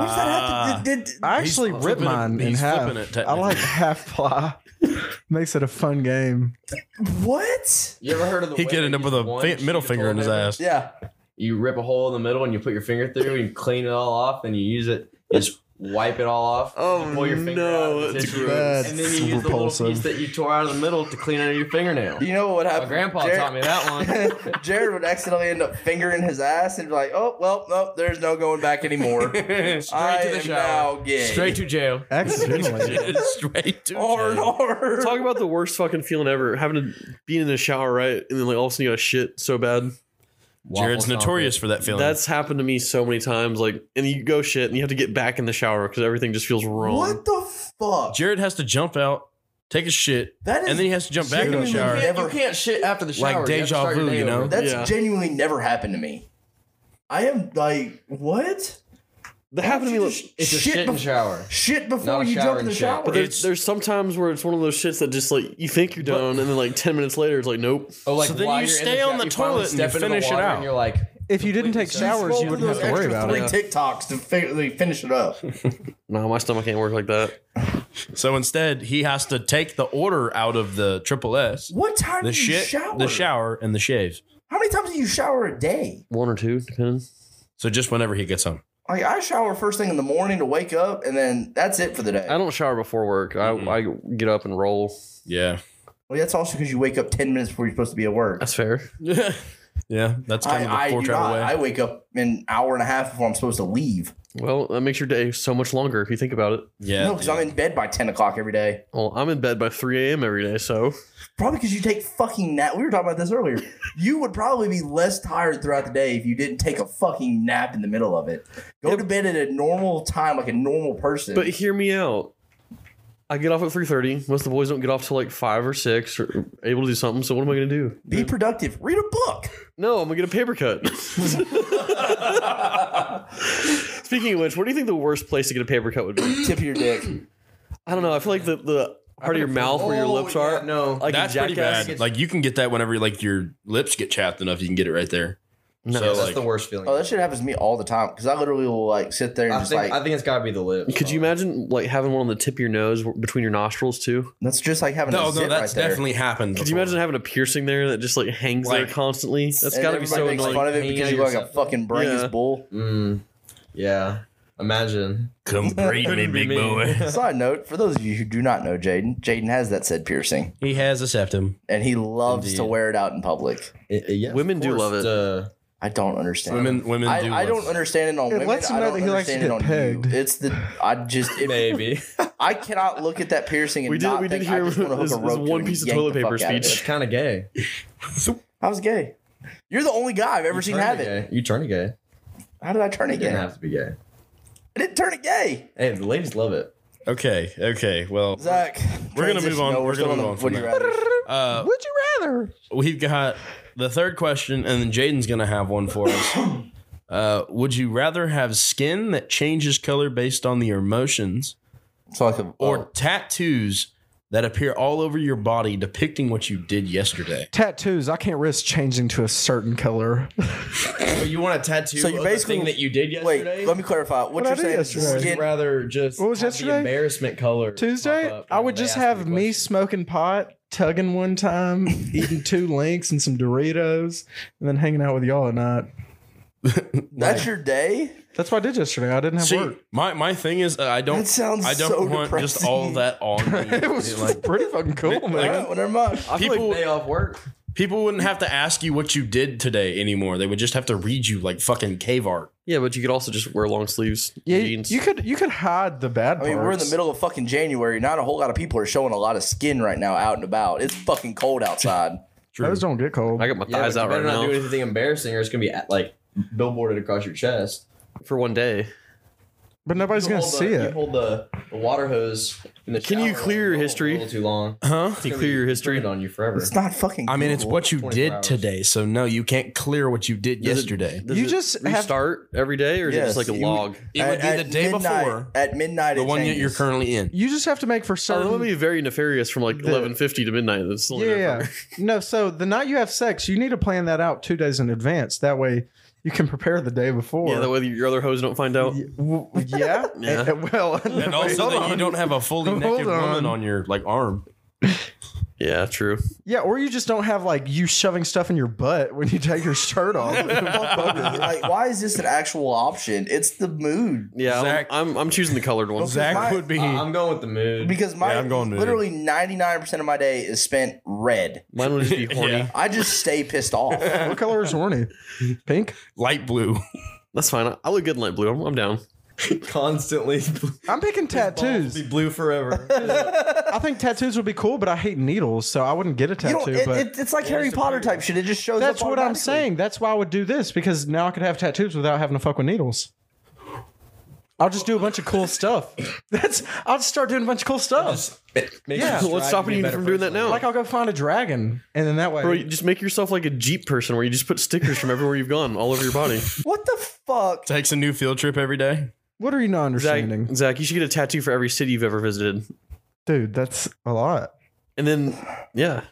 does
ah.
that
Ah.
have to- did- did-
I
He's
actually ripped
flipping it-
mine in
he's
half.
flipping it,
I like half ply. Makes it a fun game.
what?
You ever heard of the?
He
way
get
that
end up
you
with a
one
fi-
sheet
middle
of
finger
toilet
in his
paper?
ass.
Yeah.
You rip a hole in the middle and you put your finger through and you clean it all off and you use it. Just wipe it all off.
Oh,
pull your finger
no,
out of the
that's
tissue,
gross.
and then you use the
Repulsive.
little piece that you tore out of the middle to clean under your fingernail.
You know what
My
happened?
grandpa
Jared-
taught me that one.
Jared would accidentally end up fingering his ass and be like, "Oh well, nope, there's no going back anymore."
Straight
I
to the
am
shower.
now gay.
Straight to jail.
Accidentally.
Straight to
hard,
jail.
hard.
Talk about the worst fucking feeling ever. Having to be in the shower, right? And then like all of a sudden you got shit so bad.
Jared's notorious for that feeling.
That's happened to me so many times. Like, and you go shit and you have to get back in the shower because everything just feels wrong.
What the fuck?
Jared has to jump out, take a shit,
That is
and then he has to jump back in the
genuinely
shower.
hit-
You can't shit after the shower.
Like
You have to
deja
start your
vu,
day
you know?
over.
That's
Yeah.
genuinely never happened to me. I am like, what?
That happened to me.
You
Like,
just
It's a
shit,
shit and
bef-
shower.
shit
Not
before
a
you
shower
jump in
and
the
shit.
shower.
but there's, there's sometimes where it's one of those shits that just like you think you're done and then like 10 minutes later it's like nope
Oh, like
So then
while
you
you're in
stay
shower,
on the
you finally
toilet and
step
you
into the
finish it
water
out.
And you're like,
If you didn't take showers, you
Scroll
wouldn't
through
have to
those
worry
extra
about
three
it.
TikToks to fi- finish it up.
no my stomach ain't work like that
So instead, he has to take the order out of the triple S,
What time
the
do you
shit,
shower?
the shower, and the shave.
How many times do you shower a day?
one or two depending
So just whenever he gets home.
Like I shower first thing in the morning to wake up, and then that's it for the day.
i don't shower before work I, I get up and roll
Yeah.
Well, that's also because you wake up ten minutes before you're supposed to be at work.
that's fair
yeah, that's kind of
I, I
the
do
four
not.
travel way.
I wake up an hour and a half before I'm supposed to leave.
well that makes your day so much longer if you think about it
yeah.
no, because I'm in bed by ten o'clock every day.
well i'm in bed by 3 a.m every day so
Probably because you take fucking nap. We were talking about this earlier. you would probably be less tired throughout the day if you didn't take a fucking nap in the middle of it. Go to bed at a normal time, like a normal person.
but hear me out i get off at 3.30 most of the boys don't get off till like 5 or 6 or able to do something so what am i gonna do
be productive. Read a book.
no i'm gonna get a paper cut speaking of which what do you think the worst place to get a paper cut would be
Tip of your dick.
I don't know. I feel like the, the part of your mouth where your lips
Oh, yeah,
are.
no.
like
that's
a
pretty
jackass.
bad. Like you can get that whenever like your lips get chapped enough, you can get it right there.
No.
so
that's
like,
the worst feeling.
Oh, that shit happens to me all the time because I literally will like sit there and
I
just
think
like
I think it's gotta be the lips.
Could you imagine like having one on the tip of your nose w- between your nostrils too?
that's just like having
no,
a
no,
zit
that's
right there.
definitely happened.
Could you
before.
imagine having a piercing there that just like hangs
Like-
there constantly? That's
And
got to be
everybody
so
makes
annoying.
fun of it
Hanging
because
out
you look like a
yourself.
fucking brainless
Yeah.
bull.
Mm, yeah. Imagine.
Come greet me,
Couldn't be
big
me.
boy.
Side note for those of you who do not know Jaden, Jaden has that said piercing,
He has a septum.
and he loves to
Indeed.
wear it out in public.
Women do love it.
Uh,
I don't understand.
Women, women
I,
do.
I don't
love-
understand it on
It
women.
lets him
I
know
don't
that he likes to
understand it on
get pegged.
you. It's the I just if,
maybe.
I cannot look at that piercing and
We did.
not
We did
think
hear
I just
this,
want to hook
this
a rope to it
one
and
piece of
yank
toilet
the
paper
fuck out of
speech.
it.
kind of gay.
I was gay. You're the only guy I've ever
You
seen
turned
have
it
it.
gay. You turned it gay.
How did I turn
You
it
didn't
gay?
have to be gay.
I didn't turn it gay.
Hey, the ladies love it.
Okay, okay. Well,
Zach,
We're gonna move
transition.
on.
No,
We're
we're still
gonna
on the
move on
would
from
you
that.
rather.
uh,
Would you rather?
we've got the third question, and then Jaden's gonna have one for us. Uh, would you rather have skin that changes color based on your emotions,
So like a,
or tattoos that appear all over your body depicting what you did yesterday?
Tattoos. I can't risk changing to a certain color.
But you want a tattoo
So you
of the
basically-
thing that you did yesterday?
wait. Let me clarify. What,
What I
you're
did
saying? is
yesterday.
You'd
Skin,
rather just
What was
have
yesterday?
the embarrassment color pop
Tuesday,
up
I
when
would
they
just
ask
have
you
me
questions.
smoking pot, tugging one time, eating two links and some Doritos, and then hanging out with y'all at night.
that's your day.
That's what I did yesterday. I didn't have
See,
work.
my, my thing is, uh, I don't.
That sounds
I don't
so
want just
depressing.
all that on me.
It was
like,
pretty fucking cool, man.
All right, well, never mind.
I feel
People-
like day off work.
People wouldn't have to ask you what you did today anymore. They would just have to read you like fucking cave art.
Yeah, but you could also just wear long sleeves,
yeah,
jeans.
you could you could hide the bad
I
parts.
mean, we're in the middle of fucking January. Not a whole lot of people are showing a lot of skin right now out and about. It's fucking cold outside.
Those don't get cold.
I got my
Yeah,
thighs
but you
out
better
right
not
now
do anything embarrassing, or it's gonna be at, like billboarded across your chest.
for one day.
but nobody's
You
gonna
hold
see
the, You
it.
hold the, the water hose in the
Can you
shower
clear your
a little-
history?
A little too long.
Huh?
Can you clear your history?
It's on you forever.
It's not fucking.
I mean, it's
Google.
what you
24
did
hours.
today. So no, you can't clear what you did
Does it-
yesterday.
does
You
it
just have-
restart every day, or is
Yes,
it just like a
you-
log?
It would be the day
midnight-
before
at midnight.
the
it
one that you're
changes.
currently in.
You just have to make for
So Oh, that would
certain.
be very nefarious from like
The-
eleven fifty to midnight. That's still
yeah, yeah. no. So the night you have sex, you need to plan that out two days in advance. That way, you can prepare the day before.
yeah. That way your other hoes don't find out.
Y- w- yeah.
Yeah.
Eh, Well,
And also
hold
that you
on.
don't have a fully
Hold
naked
on.
woman on your like arm.
Yeah, true.
Yeah, or you just don't have like you shoving stuff in your butt when you take your shirt off.
like, why is this an actual option? It's the mood.
Yeah,
Zach-
I'm, I'm I'm choosing the colored one.
Zach my- would
be.
Uh, I'm going with the mood.
Because my
Yeah, I'm going mood.
literally ninety nine percent of my day is spent red.
Mine would just be horny.
Yeah.
I just stay pissed off.
what color is horny? Pink.
light blue.
That's fine. I, I look good in light blue. I'm, I'm down.
constantly
I'm picking tattoos.
be blue forever.
I think tattoos would be cool, but I hate needles, so I wouldn't get a
You don't,
tattoo.
it,
but
it, it's like Harry Potter type shit. It just shows.
that's
up
what I'm
automatically.
saying. That's why I would do this because now I could have tattoos without having to fuck with needles. I'll just do a bunch of cool stuff. That's I'll just start doing a bunch of cool stuff. Yeah.
What's stopping you from doing that now?
like I'll go find a dragon, and then that way.
Bro, you just make yourself like a Jeep person where you just put stickers from everywhere you've gone all over your body.
What the fuck?
Takes a new field trip every day.
what are you not
Zach,
understanding,
Zach, you should get a tattoo for every city you've ever visited.
dude? That's a lot.
And then, yeah.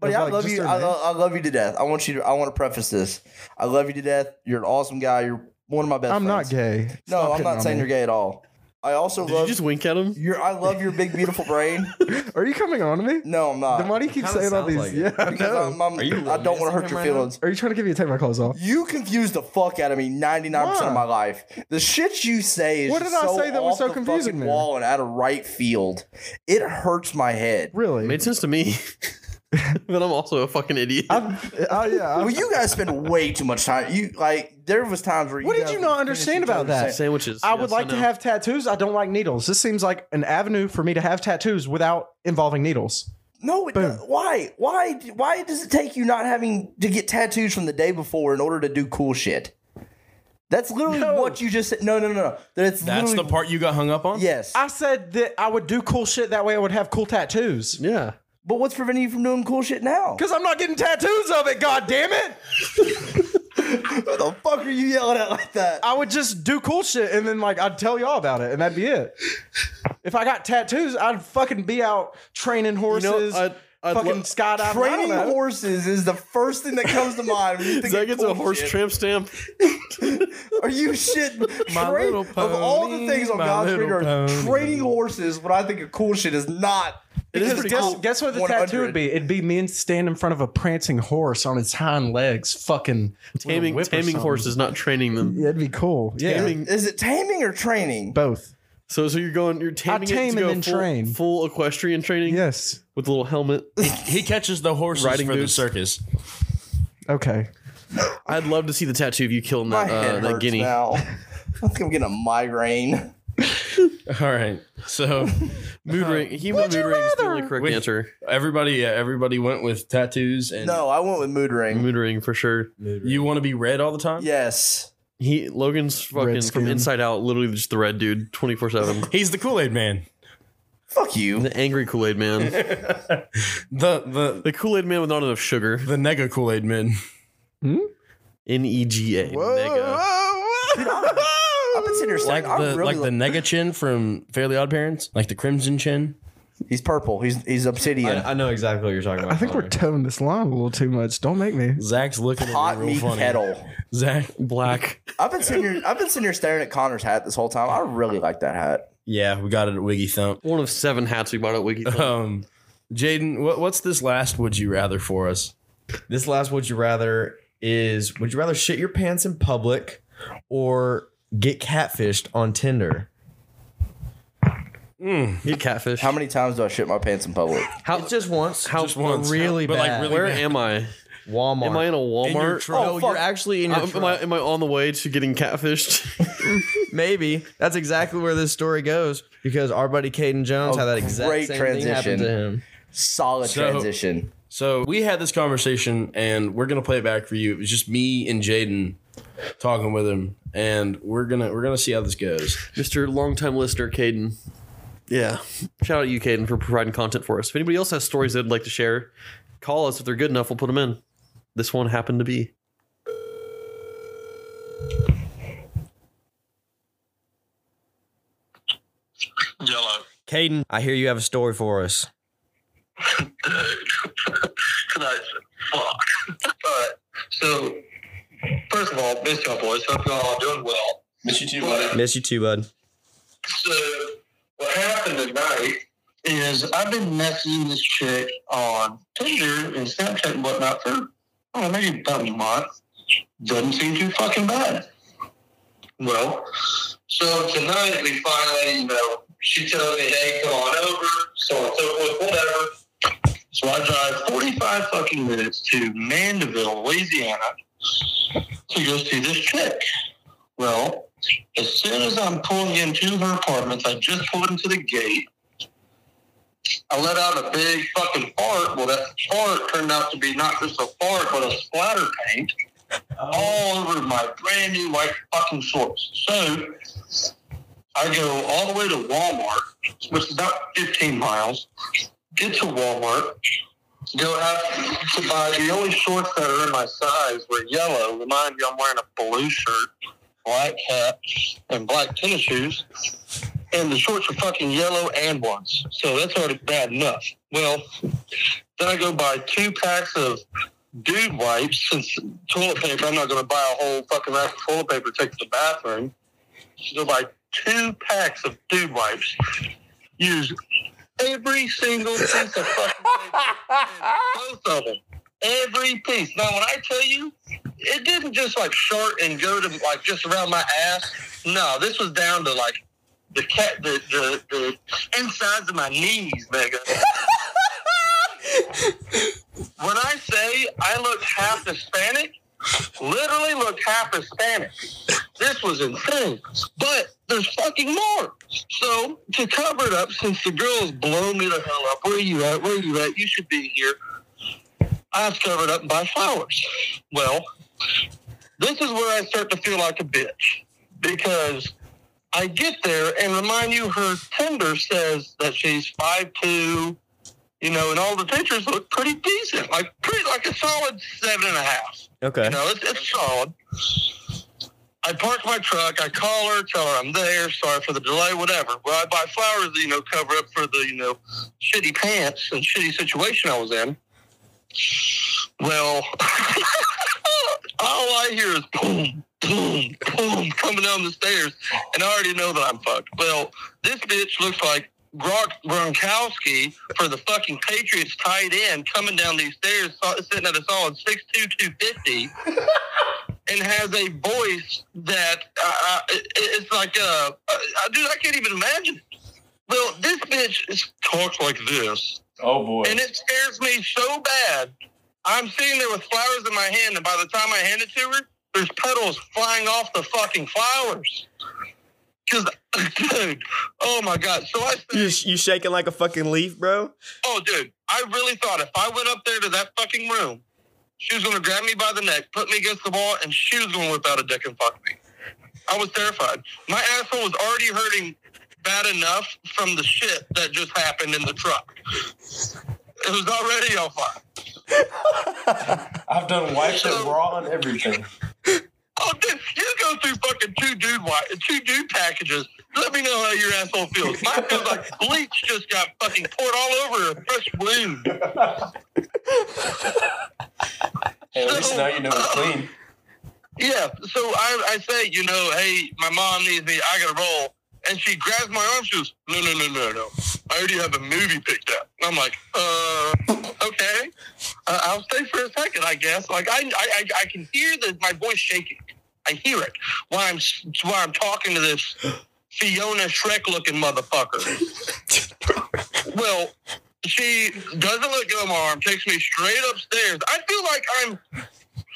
Buddy, I
Like,
love
just
you.
their
I,
name?
lo- I love you to death. I want you. To, I want to preface this. I love you to death. You're an awesome guy. You're one of my best.
I'm not
friends.
gay. Stop
No, I'm
hitting on
not saying
me.
you're gay at all. I also
Did you
love
just wink at him?
your. I love your big beautiful brain.
Are you coming on to me?
No, I'm not.
then why do you keep
kinda
saying
sounds
all these?
like it.
yeah, I know.
Because I'm, I'm,
Are you
I don't want to
romancing
hurt your
him right
feelings.
Are you trying to get me to take my clothes off?
You confuse the fuck out of me 99% of my life. The shit you say is
What did
just
I
so
say that was
off
so
the
confusing
fucking
there?
wall and out of right field. It hurts my head.
Really?
Made sense to me. but I'm also a fucking idiot.
I'm, uh, yeah. I'm-
Well, you guys spend way too much time. You like there was times where you
What did
guys
you
would
not
finish
understand
each other's
about that?
sentence.
Sandwiches.
I
yes,
would like to
know.
have tattoos. I don't like needles. This seems like an avenue for me to have tattoos without involving needles.
No, it
Boom.
does- why? Why? Why does it take you not having to get tattoos from the day before in order to do cool shit? That's literally
No.
what you just said. No, no, no, no. That's,
That's the
literally-
part you got hung up on.
Yes,
I said that I would do cool shit. That way, I would have cool tattoos.
Yeah.
but what's preventing you from doing cool shit now?
Because I'm not getting tattoos of it. God damn it!
What the fuck are you yelling at like that?
I would just do cool shit, and then like I'd tell y'all about it, and that'd be it. if I got tattoos, I'd fucking be out training
You know,
horses.
I'd, I'd
fucking
lo-
skydiving.
Training
I don't know.
horses is the first thing that comes to mind. When you think
Zach
of
gets
cool
a horse
shit.
tramp stamp.
Are you shit?
My
Train-
little
of all the
pony,
things on
my
God's
little
finger,
pony.
training horses. What I think of cool shit is not
It is
Because
pretty
guess,
cool.
guess what the
100.
tattoo would be? It'd be me standing in front of a prancing horse on its hind legs, fucking with a
Taming,
whip or
taming
something.
horses, not training them.
Yeah, it'd be cool. Yeah,
Taming.
Is it taming or training?
both.
So, so you're going, you're taming it
tame
to
and
go
then
full,
train.
full equestrian training
Yes.
with a little helmet.
He catches the horses
Riding
for
boots.
the circus.
Okay.
I'd love to see the tattoo of you killing
My
that,
head
uh, that
hurts
guinea.
now. I think I'm getting a migraine.
All right. So
Mood ring. He went mood ring is the only correct
Would-
answer.
everybody, yeah, everybody went with tattoos, and
No, I went with mood ring.
Mood ring for sure.
you want to be red all the time.
Yes.
He Logan's fucking
Red
from
skin.
inside out, literally just the red dude, twenty four seven.
He's the Kool Aid Man.
Fuck you.
The angry Kool Aid man,
The the
the Kool Aid man with not enough sugar.
the nega Kool Aid Man.
N E G A. Mega.
I've been sitting here
Like
saying, I'm
the
really
like the nega chin from Fairly Odd Parents, like the crimson chin.
He's purple. He's he's obsidian.
I, I know exactly what you're talking about.
I think we're
Connor.
towing this line a little too much. Don't make me.
Zach's looking at
Hot
me real
meat
funny.
kettle.
Zach,
Black.
I've been sitting here. I've been sitting here staring at Connor's hat this whole time. I really like that hat.
yeah, we got it at Wiggy Thump.
One of seven hats we bought at Wiki.
Um, Jaden, what, what's this last would you rather for us?
This last would you rather is would you rather shit your pants in public or get catfished on Tinder?
Eat catfish.
How many times do I shit my pants in public?
How it's just once? How
Just once.
Really
But, like,
bad.
really
Where am I?
Walmart?
Am I in a
your
Walmart?
truck.
no, Oh, you're actually in your
am, am I,
truck.
am I on the way to getting catfished?
Maybe that's exactly where this story goes because our buddy Caden Jones
A
had that exact
great
same thing happen
transition.
to him.
Solid
So-
transition.
So we had this conversation, and we're gonna play it back for you. It was just me and Jaden talking with him, and we're gonna we're gonna see how this goes.
Mr. Oh, Longtime listener, Caden. Yeah. Shout out to you, Caden, for providing content for us. If anybody else has stories they'd like to share, call us. If they're good enough, we'll put them in. This one happened to be.
Yellow.
Caden, I hear you have a story for us.
Tonight's fuck. Alright. So first of all, miss y'all boys. Hope y'all are doing well. Miss you too, buddy.
Miss you too, bud.
So what happened tonight is I've been messaging this chick on Tinder and Snapchat and whatnot for oh maybe about a month. Doesn't seem too fucking bad. Well, so tonight we finally, you know, she tells me, hey, come on over, so and so forth, whatever. So I drive 45 fucking minutes to Mandeville, Louisiana to go see this chick. Well, as soon as I'm pulling into her apartments, I just pulled into the gate. I let out a big fucking fart. Well, that fart turned out to be not just a fart, but a splatter paint all over my brand new white fucking shorts. So I go all the way to Walmart, which is about 15 miles, get to Walmart, go out to buy the only shorts that are in my size were yellow. Remind you, I'm wearing a blue shirt, black hat, and black tennis shoes. And the shorts are fucking yellow and ones. So that's already bad enough. Well, then I go buy two packs of dude wipes since toilet paper. I'm not going to buy a whole fucking rack of toilet paper to take to the bathroom. So buy two packs of dude wipes. Use every single piece of fucking paper. Both of them. Every piece. Now, when I tell you, it didn't just like short and go to like just around my ass. No, this was down to like the cat, the, the, the insides of my knees, nigga. when I say I looked half Hispanic, literally looked half Hispanic. This was insane. But there's fucking more. So to cover it up, since the girl's blown me the hell up, where you at? Where you at? You should be here. I've covered up by flowers. Well, this is where I start to feel like a bitch because I get there and remind you her Tinder says that she's five two you know, and all the pictures look pretty decent, like pretty like a solid seven and a half.
Okay.
You know, it's, it's solid. I park my truck. I call her, tell her I'm there. Sorry for the delay, whatever. Well, I buy flowers, you know, cover up for the you know shitty pants and shitty situation I was in. Well, all I hear is boom, boom, boom coming down the stairs, and I already know that I'm fucked. Well, this bitch looks like Gronk Gronkowski for the fucking Patriots tight end coming down these stairs, so- sitting at a solid 6'2", 250, and has a voice that uh, it, it's like, uh, uh, dude, I can't even imagine. Well, this bitch is, talks like this.
Oh boy.
And it scares me so bad. I'm sitting there with flowers in my hand, and by the time I hand it to her, there's petals flying off the fucking flowers. Cause, dude, oh my god! So I,
You, you shaking like a fucking leaf, bro?
oh dude, I really thought if I went up there to that fucking room, she was gonna grab me by the neck, put me against the wall, and she was gonna whip out a dick and fuck me. I was terrified. My asshole was already hurting bad enough from the shit that just happened in the truck. It was already on fire.
I've done wipes and raw and everything.
Oh, dude, you go through fucking two dude wi- two dude packages. Let me know how your asshole feels. Mine feels like bleach just got fucking poured all over a fresh wound.
Hey, at least now you know it's clean.
Yeah, so I, I say, you know, hey, my mom needs me. I gotta roll. And she grabs my arm. She goes, no, no, no, no, no. I already have a movie picked up. And I'm like, uh, okay. Uh, I'll stay for a second, I guess. Like I, I, I, I can hear the, my voice shaking. I hear it while I'm s- while I'm talking to this Fiona Shrek looking motherfucker. well, she doesn't let go of my arm. Takes me straight upstairs. I feel like I'm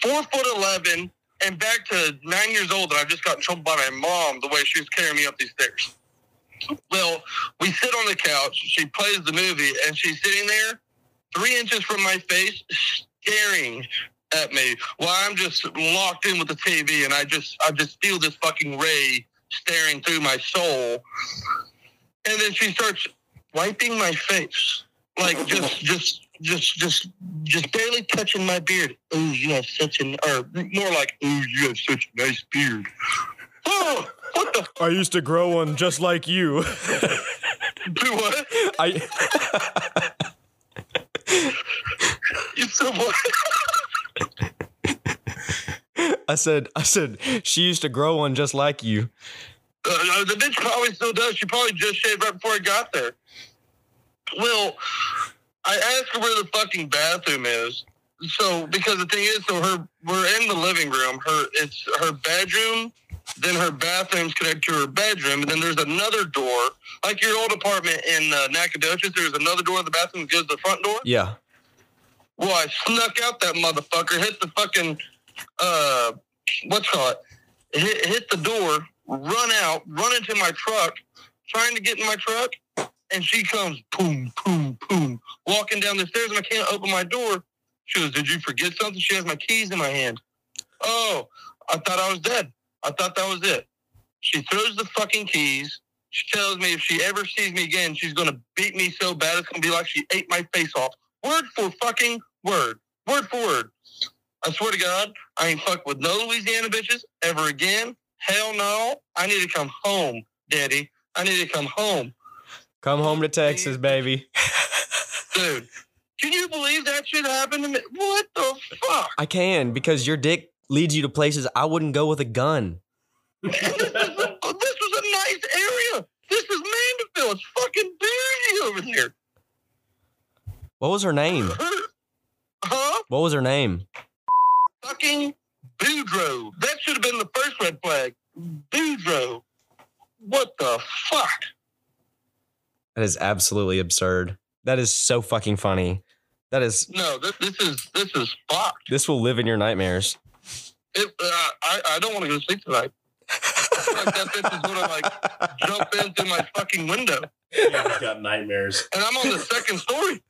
four foot eleven and back to nine years old, and I just got in trouble by my mom the way she was carrying me up these stairs. Well, we sit on the couch. She plays the movie, and she's sitting there, three inches from my face, staring at me while I'm just locked in with the TV, and I just I just feel this fucking ray staring through my soul. And then she starts wiping my face, like just just. Just, just, just barely touching my beard. Oh, you have such an, or more like, oh, you have such a nice beard. Oh, what the?
I used to grow one just like you.
Do what?
I
You said what?
I said I said she used to grow one just like you.
Uh, the bitch probably still does. She probably just shaved right before I got there. Well, I asked her where the fucking bathroom is. So because the thing is, so her we're in the living room. Her it's her bedroom. Then her bathroom's connected to her bedroom, and then there's another door, like your old apartment in uh, Nacogdoches. There's another door in the bathroom that goes to the front door.
Yeah.
Well, I snuck out that motherfucker, hit the fucking uh, what's called hit, hit the door, run out, run into my truck, trying to get in my truck, and she comes boom, boom, boom, walking down the stairs, and I can't open my door. She goes, "Did you forget something?" She has my keys in my hand. Oh, I thought I was dead. I thought that was it. She throws the fucking keys. She tells me if she ever sees me again, she's gonna beat me so bad it's gonna be like she ate my face off word for fucking word, word for word. I swear to God, I ain't fuck with no Louisiana bitches ever again. Hell no. I need to come home, Daddy. I need to come home,
Come home to Texas, baby.
dude. Can you believe that shit happened to me? What the fuck?
I can because your dick leads you to places I wouldn't go with a gun.
Oh, this was a nice area. This is Mandeville. It's fucking busy over here.
What was her name?
Huh?
What was her name?
Fucking Boudreaux. That should have been the first red flag. Boudreaux. What the fuck?
That is absolutely absurd. That is so fucking funny. That is
No, this, this is this is fucked.
this will live in your nightmares.
It, uh, I, I don't want to go to sleep tonight. like that bitch is gonna like jump in through my fucking window, and
He's got nightmares.
I'm on the second story.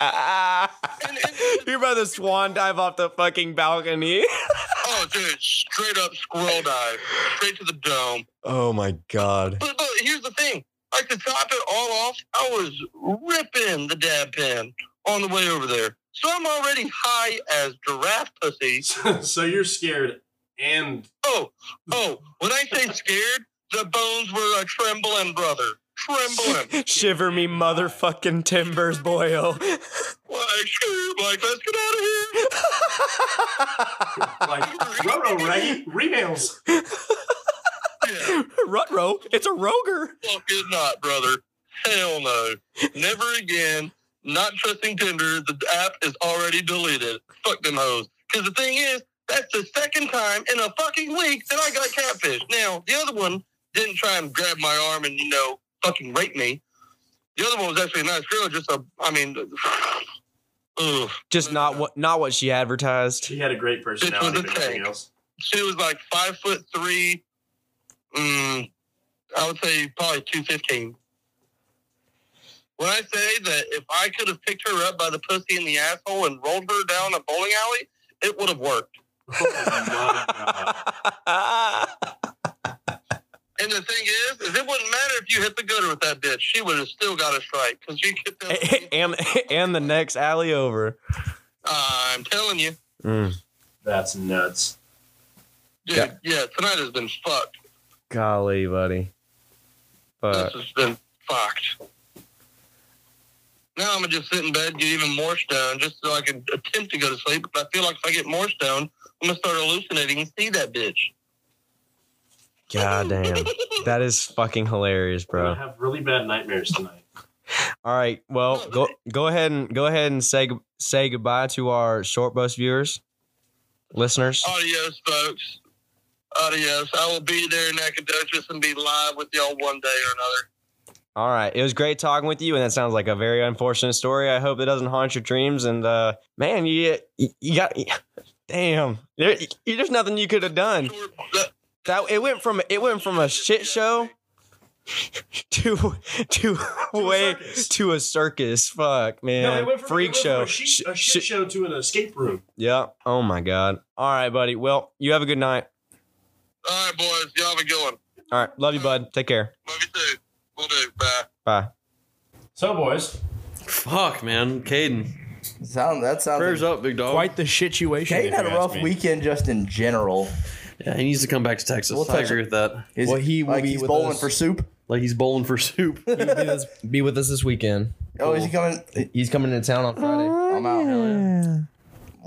And, and,
You're about to swan dive off the fucking balcony.
oh, dude, straight up squirrel dive, straight to the dome.
Oh my god.
But, but here's the thing: like to top it all off, I was ripping the dab pen on the way over there, so I'm already high as giraffe pussy.
So, so you're scared and
Oh, oh, when I say scared, the bones were a trembling, brother. Trembling.
Shiver me motherfucking timbers, boyo.
Like, screw, like, let's get out of here.
like Roto Raggy remails.
Yeah.
Rutro, it's a roger.
Fuck it not, brother. Hell no. Never again. Not trusting Tinder. The app is already deleted. Fuck them hoes. Because the thing is, that's the second time in a fucking week that I got catfish. Now, the other one didn't try and grab my arm and, you know, fucking rape me. The other one was actually a nice girl, just a, I mean, ugh.
Just not what not what she advertised.
She had a great personality,
This was a
but nothing
tank.
else.
she was like five foot three. Mm, I would say probably two fifteen. When I say that if I could have picked her up by the pussy in the asshole and rolled her down a bowling alley, it would have worked.
Oh my God.
And the thing is, is it wouldn't matter if you hit the gutter with that bitch. She would have still got a strike because she kept telling me,
and and the next alley over.
I'm telling you,
That's nuts.
dude, yeah.
Yeah.
tonight has been fucked.
Golly, buddy. Fuck.
This has been fucked. Now I'm gonna just sit in bed, get even more stoned, just so I can attempt to go to sleep. But I feel like if I get more stoned, I'm gonna start hallucinating and see that bitch.
God damn. That is fucking hilarious,
I
bro.
have really bad nightmares tonight.
All right. Well, go go ahead and go ahead and say gu- say goodbye to our short bus viewers, listeners.
Adios, folks. Adios. I will be there in Nacogdoches and be live with y'all one day or another.
All right. It was great talking with you, and that sounds like a very unfortunate story. I hope it doesn't haunt your dreams. And uh, man, you you, you got damn. There, you, there's nothing you could have done.
Short- that-
That it went from it went from a shit show to to way
circus.
to a circus. Fuck man,
No, it went from,
freak
it went from
show.
a, sheet-
Sh-
a
sh-
shit show to an escape room.
yeah. Oh my god. All right, buddy. Well, you have a good night.
All right, boys. Y'all have a good one.
All right, love you, bud. Take care.
Love you too. We'll do. Bye.
Bye.
So, boys,
Fuck, man. Caden.
Sound that sounds.
Prayers up, big dog.
Quite the situation.
Caden
if
had
you
a
ask
rough
me.
weekend just in general.
Yeah, he needs to come back to Texas.
We'll
I
touch
agree with that.
Is
Well, he will
like
be
he's
with
bowling
us.
for soup.
Like he's bowling for soup.
Be with us this weekend.
Oh, is he coming?
He's coming into town on Friday.
I'm out.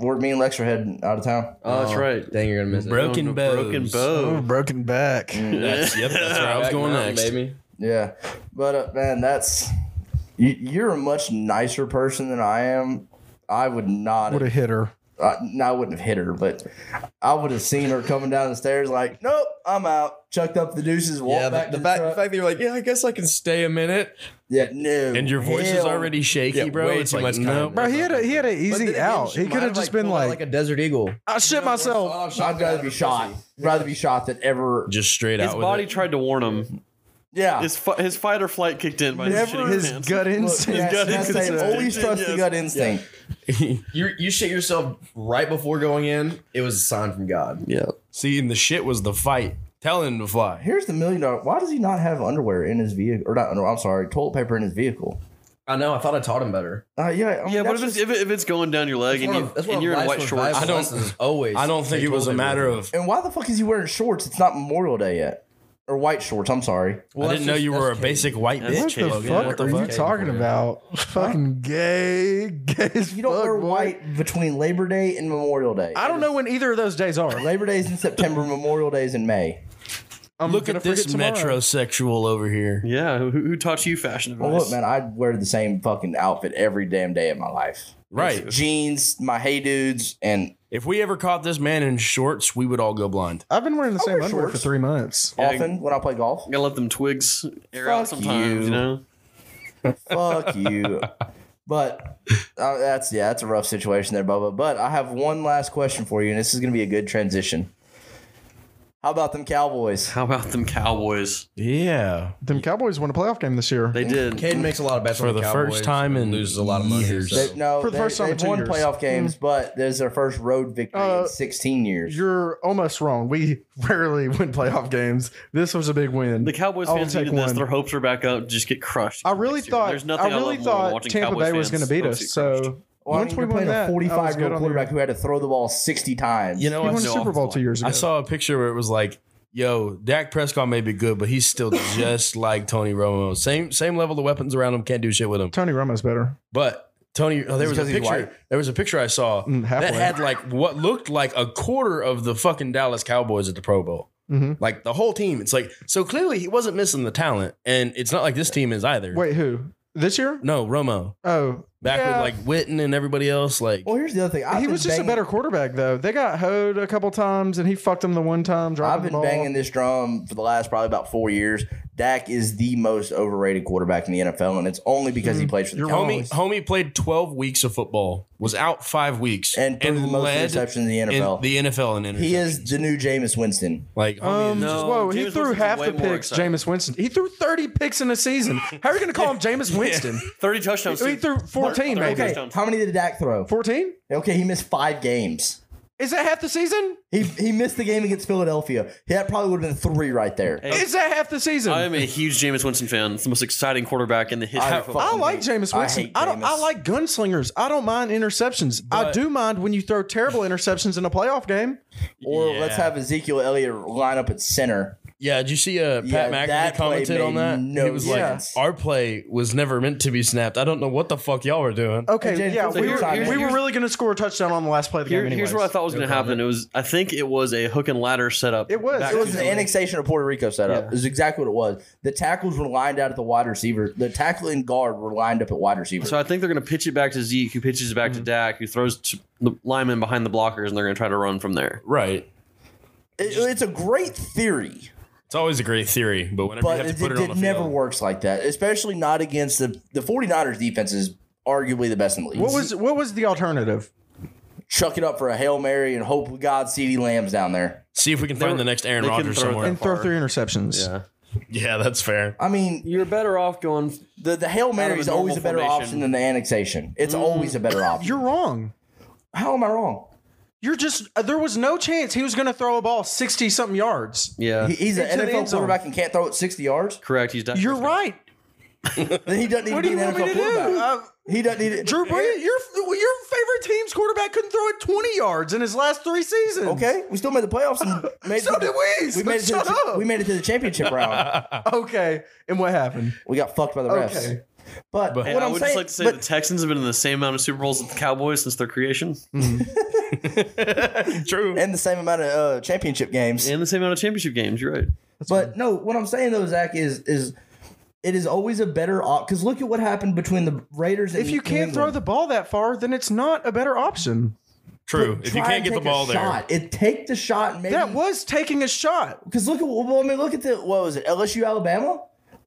Lord, me and Lex are heading out of town.
Uh.
Oh, that's right.
Dang, you're gonna miss it.
Broken
Going to
bows.
Broken
Oh,
bow.
broken back.
That's, yep, that's where I was
Back
going
mountain,
next.
baby.
Yeah, but uh, man, that's you, you're a much nicer person than I am. I would not.
What a
Have,
hitter.
I, no, I wouldn't have hit her, but I would have seen her coming down the stairs like, "Nope, I'm out." Chucked up the deuces, walked
Yeah,
back
the,
to
the,
the
fact,
truck.
the fact that you're like, yeah, I guess I can stay a minute.
yeah, no.
And your voice is
Hell.
already shaky,
Yeah,
bro.
way
It's
too
like,
much
no,
kindness.
Bro, he had a, he had an easy out. He could have just been like,
like a desert eagle.
I shit myself.
I'd rather be shot. Rather be shot than ever.
just straight
His
out with
body
it.
tried to warn him.
Yeah.
His fi- his fight or flight kicked in by his shitting
his
pants.
gut
Look,
instinct.
that's-
gut
that's saying
instinct.
always trust the
Yes.
gut instinct.
You you shit yourself right before going in. It was a sign from God.
yeah.
See, and the shit was the fight. Telling him to fly.
Here's the million dollar. Why does he not have underwear in his vehicle? Or not underwear? I'm sorry, toilet paper in his vehicle.
I know. I thought I taught him better.
Uh, yeah, I mean,
Yeah, but
that's
if it's,
just-
if, it, if it's going down your leg and, you, and you're in white shorts,
I don't-
always.
I don't think it was a matter of.
And why the fuck is he wearing shorts? It's not Memorial Day yet. Or white shorts, I'm sorry.
I didn't know you were a basic white
That's
bitch.
What the
Logan,
fuck
what
are you talking about? Fucking gay, gay as
You don't
fuck,
wear
boy.
white between Labor Day and Memorial Day.
I don't know when either of those days are.
Labor Day's in September, Memorial Day's in May.
I'm
Look
gonna
at this
forget tomorrow.
metrosexual over here.
yeah, who, who taught you fashion advice?
Well, look, man, I wear the same fucking outfit every damn day of my life.
Right.
Jeans, my hey dudes, and
If we ever caught this man in shorts, we would all go blind.
I've been wearing the same
wear
underwear for
shorts.
three months.
often when I play golf.
Gotta let them twigs air out
Fuck
sometimes, you,
you.
know?
Fuck you. But uh, that's yeah, that's a rough situation there, Bubba. But I have one last question for you, and this is gonna be a good transition. How about them Cowboys?
How about them Cowboys?
Yeah.
Them Cowboys won a playoff game this year.
They did.
Caden makes a lot of bets
For
on
the
Cowboys
first time
and
in
loses a lot of money.
years.
so-
They- no,
For the
they,
first time in
they've
two
won
years. Mm-hmm.
playoff games, but there's their first road victory
Uh,
in 16 years.
You're almost wrong. We rarely win playoff games. This was a big win.
The Cowboys
I'll
fans
take
needed this.
one.
Their hopes are back up. Just get crushed.
I really
next year.
thought
There's nothing
I really
love more than
thought
watching
Tampa
Cowboys
Bay was
fans
going to beat
hopes
us.
get crushed.
So
Well,
once
I mean,
we
you're
won
playing
that,
a 45 year old quarterback
quarterback.
who had to throw the ball 60 times.
You know,
He
I
won a
saw-
Super Bowl two years ago.
I saw a picture where it was like, "Yo, Dak Prescott may be good, but he's still just like Tony Romo. Same same level of weapons around him. Can't do shit with him."
Tony Romo's better.
But Tony, oh, there was a
because he's
picture.
white?
There was a picture I saw
Mm,
that
halfway.
had like what looked like a quarter of the fucking Dallas Cowboys at the Pro Bowl.
Mhm.
Like the whole team. It's like so clearly he wasn't missing the talent, and it's not like this team is either.
Wait, who? This year?
No, Romo
Oh,
back
Yeah.
with like Witten and everybody else. Like
Well, here's the other thing. I've
he
been
was just a
banging-
better quarterback though. They got hoed a couple times, and he fucked them the one time. Dropping
I've been
the ball.
banging this drum for the last probably about four years. Dak is the most overrated quarterback in the NFL, and it's only because
Mm-hmm.
he plays for the
You're wrong.
Cowboys.
homie, homie played twelve weeks of football, was out five weeks,
And threw the most
led
interceptions in the
in
NFL.
the NFL in interceptions.
he is the new Jameis Winston.
like homie
Um,
is just-
No,
whoa, he
Jameis
threw
Winston's
half
way
the
more
picks.
exciting.
Jameis Winston. He threw 30 picks in a season. How are you going to call him Jameis Winston?
30 touchdowns.
He
too.
threw 14,
Thirty
maybe.
Okay,
touchdowns.
how many did Dak throw?
14?
Okay, he missed five games.
Is that half the season?
He he missed the game against Philadelphia. That probably would have been three right there.
Hey,
Is that half the season? i
I am a huge Jameis Winston fan. It's the most exciting quarterback in the history
I
of football.
fucking
like
hate-
Jameis
I
Winston.
hate
I, don't. I
Jameis.
like gunslingers. I don't mind interceptions. I do mind when you throw terrible interceptions in a playoff game.
Or let's have Ezekiel Elliott line up at center.
Yeah, did you see uh,
Yeah,
Pat
that
McAfee
play
commented on
made
that?
no
he was
sense.
like, "Our play was never meant to be snapped. I don't know what the fuck y'all were doing."
Okay,
James,
yeah,
what's
we,
your
were,
time, man?
we were really going to score a touchdown on the last play of the
Here-
game.
here's what I
anyways.
thought was going to happen. It was, I think it was a hook and ladder setup.
It was.
back
It
to
was an
the-
annexation of Puerto Rico setup.
Yeah.
Is exactly what it was. The tackles were lined out at the wide receiver. The tackle and guard were lined up at wide receiver.
So I think they're going to pitch it back to Zeke, who pitches it back to Dak, who throws to the lineman behind the blockers, and they're going to try to run from there.
Right.
It- it's a great theory,
It's always a great theory, but whenever you
but
have to
it,
put it,
it
on the
never
field,
works like that, especially not against the the 49ers defense is arguably the best in the league.
What was what was the alternative?
Chuck it up for a Hail Mary and hope God CeeDee Lamb's down there.
see if we can find the next Aaron
they can
Rodgers
throw it
somewhere.
And throw three interceptions.
Yeah, that's fair.
I mean,
You're better off going.
the, the Hail Mary is
normal
always a better
formation.
option than the annexation. It's always a better option.
Mm. You're wrong.
How am I wrong?
You're just there was no chance he was going to throw a ball 60 something yards.
Yeah,
He- He's an
Into the end
NFL
zone.
quarterback and can't throw it 60 yards.
correct. He's done.
You're right.
Then he doesn't need
What do
to be
you
an
want me to
NFL
do?
quarterback.
Uh,
He doesn't need it.
Drew Brees, your your favorite team's quarterback couldn't throw it 20 yards in his last three seasons.
Okay, we still made the playoffs and made
So
it to
did
the,
we. So
made it to the
shut
cha-
up.
we made it to the championship round.
Okay. And what happened?
We got fucked by the refs.
Okay.
But,
But-
And
what
I
I'm
would
saying,
just like to say
but
the Texans have been in the same amount of Super Bowls as the Cowboys since their creation,
True.
and the same amount of uh, championship games.
and the same amount of championship games. You're right.
But no, what I'm saying though, Zach, is is it is always a better op because look at what happened between the Raiders. And
If you
New
can't throw
England.
the ball that far, then it's not a better option.
True. If you
Try
can't
and
get the
take a
ball there,
shot. it take the shot. And maybe
That was taking a shot.
because look at well, I mean, look at the what was it LSU Alabama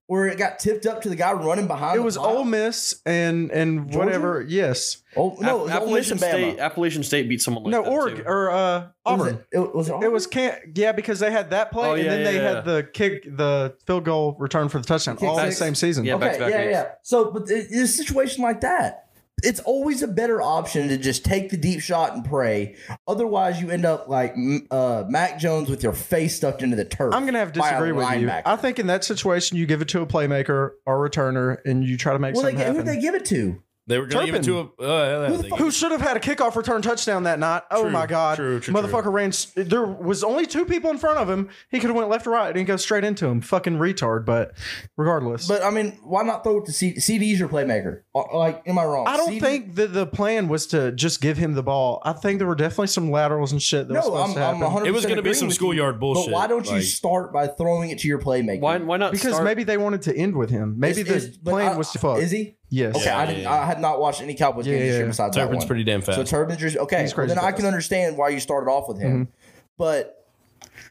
where it got tipped up to the guy running behind.
It was Ole
old.
Miss and and whatever. Yes.
Oh no, it was Ole Miss
Appalachian
and Bama.
State. Appalachian State beat someone like
No,
that.
Oregon
too.
or uh,
Was
Auburn.
it, it, was it,
It
Auburn?
was can't yeah because they had that play
Oh,
and
yeah,
then they
yeah,
had the kick the field goal return for the touchdown
Kick
all in the
six.
same season.
Yeah.
okay,
back-to-back
yeah,
weeks.
yeah. So, but th- in a situation like that, it's always a better option to just take the deep shot and pray. Otherwise, you end up like m- uh, Mac Jones with your face stuffed into the turf.
I'm gonna have to
by a
disagree with you.
linebacker.
I think in that situation you give it to a playmaker or returner and you try to make
Well, they,
something
who
happen.
did they give it to?
they were going to give it to a.
Turpin.
Uh, yeah, they-
Who should have had a kickoff return touchdown that night? Oh
True,
my god!
true, true,
Motherfucker ran. s- There was only two people in front of him. He could have went left or right and go straight into him. Fucking retard. But regardless,
But I mean, why not throw it to CD? CD's your playmaker. Uh, Like, am I wrong?
I don't
CD
think that the plan was to just give him the ball. I think there were definitely some laterals and shit that was
No,
supposed
I'm,
to happen.
I'm 100.
It was going to be some schoolyard bullshit.
But why don't you
Like,
start by throwing it to your playmaker?
Why? Why not?
because
start-
maybe they wanted to end with him. Maybe
Is-
the
is- but
plan
I-
was to fuck.
Is he?
Yes.
Okay, I didn't. I had not watched any Cowboys
Yeah,
games this
yeah,
year
yeah.
besides that
Turpin's
one.
pretty damn fast.
So Turbin's just okay.
He's
well,
crazy Mm-hmm.
then I
fast.
can understand why you started off with him, but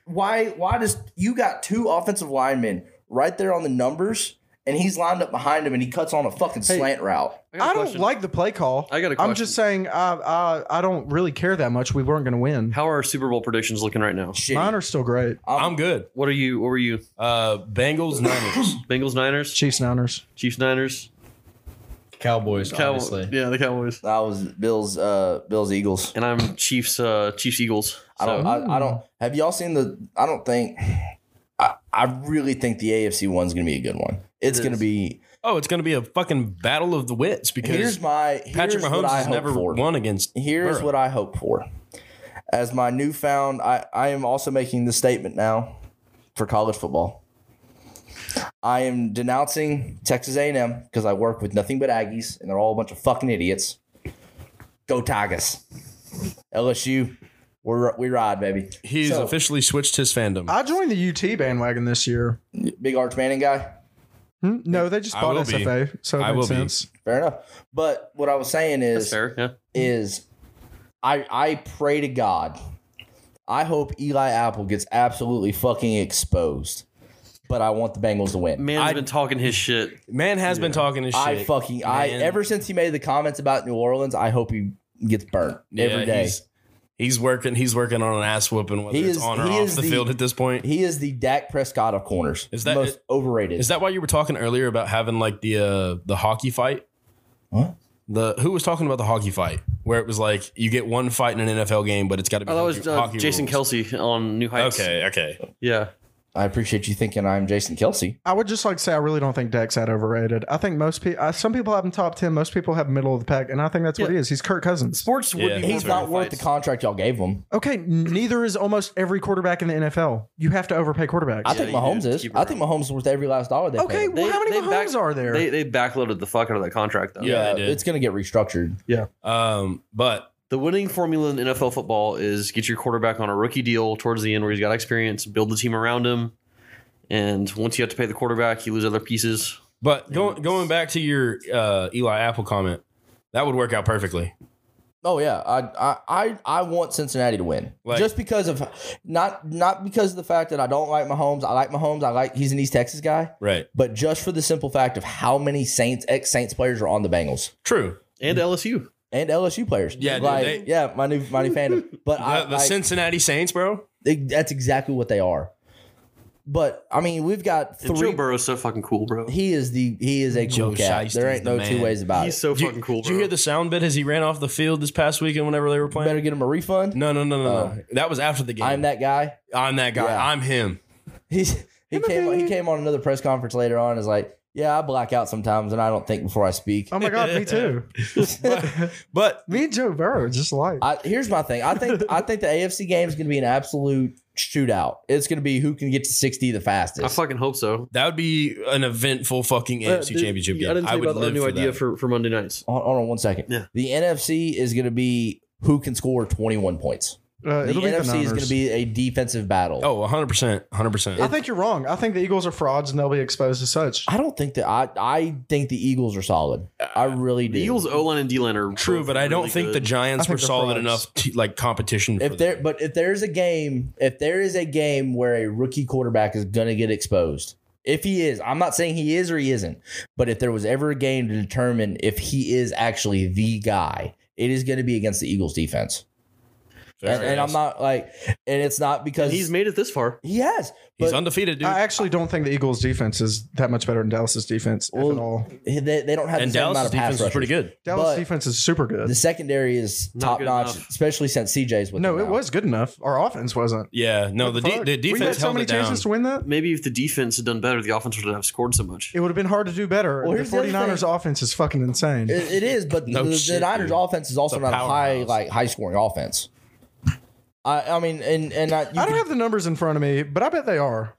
why? Why does you got two offensive linemen right there on the numbers, and he's lined up behind him, and he cuts on a fucking slant route?
I, got a
I don't
question.
like the play call.
I got a
I'm
question.
just saying. I I, I don't really care that much. We weren't going to win.
How are our Super Bowl predictions looking right now?
Shit.
Mine are still great.
I'm good.
What are you? What were you?
Uh, Bengals, Niners.
Bengals, Niners,
Chiefs, Niners.
Chiefs, Niners,
Cowboys,
Cowboys. Yeah, the Cowboys.
That was Bills. Uh, Bills. Eagles.
And I'm Chiefs. Uh, Chiefs, Eagles. So.
I don't. I, I
hmm.
don't. Have y'all seen the? I don't think. I, I really think the AFC one's going to be a good one. It's going to be.
Oh, it's going to be a fucking battle of the wits because
Here's my. Here's
Patrick
what
Mahomes
I
has
hope
never
for.
won against.
Here's
Burrow.
what I hope for. As my newfound, I, I am also making the statement now for college football. I am denouncing Texas A&M because I work with nothing but Aggies, and they're all a bunch of fucking idiots. Go Tigers! LSU, We're, we ride, baby.
He's
So-
officially switched his fandom.
I joined the UT bandwagon this year.
Big Arch Manning guy.
Hmm? No, they just
I
bought
will be.
SFA, so it
I
made
will be.
sense.
Fair enough. But what I was saying
That's
is,
fair. Yeah.
is I I pray to God. I hope Eli Apple gets absolutely fucking exposed. But I want the Bengals to win.
Man's
I-
been talking his shit.
Man has been talking his shit.
I fucking I
Man.
ever since he made the comments about New Orleans, I hope he gets burnt
Yeah,
every day.
He's, he's working. He's working on an ass whooping, whether
He
it's
is-
on or
he
off
is
the,
the-
field at this point.
He is the Dak Prescott of corners.
Is that-
most overrated?
Is that why you were talking earlier about having like the uh, the hockey fight?
What?
The who was talking about the hockey fight where it was like you get one fight in an NFL game, but it's got to be
Oh, that
hockey-
was uh,
hockey
Jason
rules.
Kelsey on New Heights.
Okay, okay.
Yeah.
I appreciate you thinking I'm Jason Kelsey.
I would just like to say I really don't think Dak's that overrated. I think most people, uh, some people have him top ten, most people have middle of the pack, and I think that's what
Yeah.
he is. He's Kirk Cousins.
Sports would
Yeah.
be
He's
more
not
fair
worth
fights.
the contract y'all gave him.
Okay, neither is almost every quarterback in the NFL. You have to overpay quarterbacks.
I
Yeah,
think
you
Mahomes
do.
is.
Keep it
I think Mahomes is worth every last dollar they paid
okay,
him.
well,
They-
how many
they
Mahomes
back-
are there?
They, they backloaded the fuck out of that contract though.
Yeah, they did.
Uh, it's gonna get restructured.
Um, but
The winning formula in NFL football is get your quarterback on a rookie deal towards the end where he's got experience, build the team around him, and once you have to pay the quarterback, you lose other pieces.
but going going back to your uh, Eli Apple comment, that would work out perfectly.
Oh yeah, I I I, I want Cincinnati to win
Like-
just because of not not because of the fact that I don't like Mahomes. I like Mahomes. I like he's an East Texas guy,
Right.
but just for the simple fact of how many Saints ex Saints players are on the Bengals
True.
And LSU.
and LSU players.
Yeah, dude,
like
they-
yeah, my new my new fandom. But I,
the the
like,
Cincinnati Saints, bro.
they- that's exactly what they are. But I mean, we've got
And
three.
Joe Burrow's so fucking cool, bro.
He is the he is a
Joe
cool cat.
Shiesty
There
is
ain't
the
no two
man.
ways about
He's
it.
so
Did you-
fucking cool,
Did
bro.
you hear the sound bit as he ran off the field this past weekend whenever they were playing?
Better get him a refund.
no, no, no, no, no.
Oh.
that was after the game.
I'm that guy.
I'm that guy.
Yeah.
I'm him.
He's he came he came on another press conference later on. And is like, yeah, I black out sometimes, and I don't think before I speak.
oh my god, me too.
But
me and Joe Burrow are just like uh,
I, here's my thing. I think I think the AFC game is going to be an absolute shootout. It's going to be who can get to sixty the
I
fastest.
fucking hope so.
that would be an eventful fucking
Uh,
AFC
dude,
Championship game.
I didn't
I
tell you
would
about the
live
new
for
idea
that.
for, for Monday nights.
Hold hold on one second.
Yeah.
The NFC is going to be who can score twenty one points.
uh,
The
it'll be the
NFC is going to
Niners.
be a defensive battle.
Oh, 100 percent, 100 percent.
I think you're wrong. I think the Eagles are frauds and they'll be exposed as such.
I don't think that I I think the Eagles are solid. I really do.
The Eagles O line and D line are
True,
both
but I don't
really
think the
good.
Giants
I think
were
they're
solid
frauds.
enough to, like competition. for
if there
them.
but if there's a game if there is a game where a rookie quarterback is going to get exposed if he is i'm not saying he is or he isn't but if there was ever a game to determine if he is actually the guy it is going to be against the eagles defense and, and i'm not like and it's not because
And he's made it this far.
he has
he's
but
undefeated, dude.
I actually don't think the Eagles defense is that much better than Dallas's defense if
Well,
at all.
they, they don't have
and
the same amount
Dallas'
of pass
defense was pretty
rushers.
good.
Dallas
but-
defense is super good.
the secondary is
Not
top
good
notch
enough.
especially since cj's with
no,
them
it
now.
was good enough. Our offense wasn't.
Yeah, no, the, de-
Fuck.
the
we had
defense
so
held
many
it down.
chances to win that.
Maybe if the defense had done better, the offense would have scored so much.
It would have been hard to do better.
Well,
the
here's the other
49ers
thing.
offense is fucking insane.
It- it is, but
No
the, the
shit,
Niners
dude.
offense is also
It's a
not a high
powerhouse.
like high scoring offense. I I mean, and and I, you
I
could-
don't have the numbers in front of me, but I bet they are.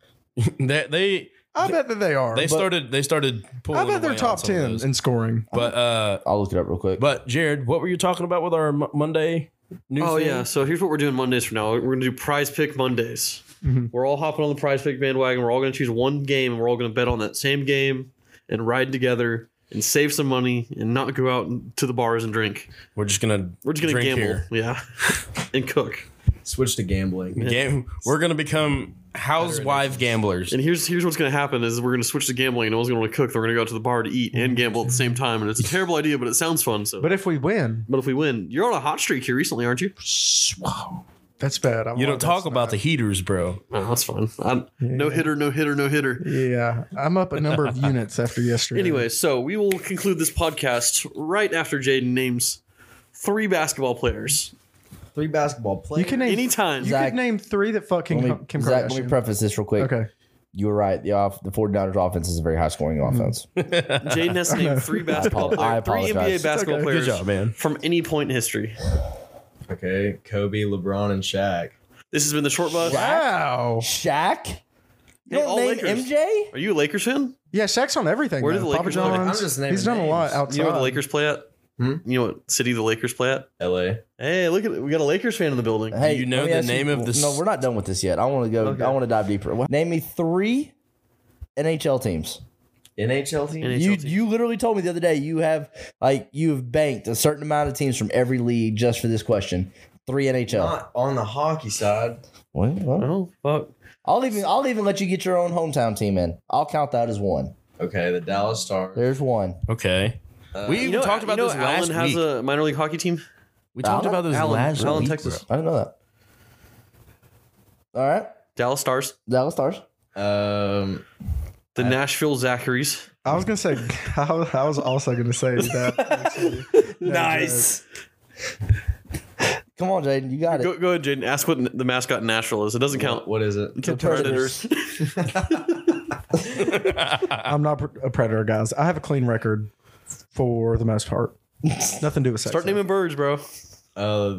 they they,
I bet that they are.
they started they started pulling.
I bet they're
away on
top
some of
10
those.
in scoring.
But uh,
I'll look it up real quick.
but Jared, what were you talking about with our Mo- Monday? New
Oh
thing?
yeah, so here's what we're doing Mondays from now. We're gonna do Prize Pick Mondays.
Mm-hmm.
We're all hopping on the Prize Pick bandwagon. We're all gonna choose one game, and we're all gonna bet on that same game and ride together and save some money and not go out and- to the bars and drink.
we're just gonna
We're just gonna
drink
gamble,
here.
yeah, and cook.
Switch to gambling.
Game, we're gonna become housewife gamblers.
And here's here's what's gonna happen is we're gonna switch to gambling. No one's gonna want to cook. They're gonna go out to the bar to eat and gamble at the same time. And it's a terrible idea, but it sounds fun. So,
But
but if,
if we win,
we win, you're on a hot streak here recently, aren't you?
that's bad. I
You don't
want-
talk
that's
about the heaters, bro.
Oh, that's fun. I'm, No hitter, no hitter, no hitter.
not- Yeah, I'm up a number of units after yesterday.
Anyway, so we will conclude this podcast right after Jaden names three basketball players.
Three basketball
you
players.
can name
Anytime.
you
Zach-
could name three that fucking
let me,
Kim
Zach,
Kardashian.
let me preface this real quick.
okay,
You were right. The off the 49ers offense is a very high scoring
Mm-hmm.
offense.
Jaden has to name three basketball
I
players, three
apologize.
NBA
It's
basketball
okay. Good
players
job, man.
from any point in history.
Okay, Kobe, LeBron, and Shaq.
This has been the short bus.
wow,
Shaq? You
Hey,
don't
all
name
Lakers.
MJ?
Are you a Lakers fan?
yeah, Shaq's on everything.
Where
though.
do the
Papa
Lakers look?
John's,
I'm just naming
he's done a lot
names.
outside.
Do you know where the Lakers play at?
Hmm?
You know what city the Lakers play at?
LA.
Hey, look at we got a Lakers fan in the building.
Hey,
you know
let me
the
ask
name of this-
No, we're not done with this yet. I want to go.
Okay.
I want to dive deeper. Wha- Name me three NHL teams.
NHL team.
NHL
you
team.
you literally told me the other day you have like you have banked a certain amount of teams from every league just for this question. Three NHL.
Not on the hockey side.
Well, well,
Oh fuck!
I'll even I'll even let you get your own hometown team in. I'll count that as one.
Okay, the Dallas Stars.
There's one.
Okay.
Uh,
we even talked about this last
Allen has
week.
a minor league hockey team.
we talked about this
Allen,
last
Allen,
week.
Texas,
I didn't know that. All right,
Dallas Stars,
Dallas Stars.
Um,
the Nashville Zacharys.
I was gonna say. I, I was also gonna say that. nice.
Come on, Jaden, you got it.
Go, go ahead, Jaden. Ask what the mascot in Nashville is. It doesn't count.
what is it?
The Predators.
I'm not a predator, guys. I have a clean record for the most part. Nothing to do with sex.
Start naming birds, bro.
Uh,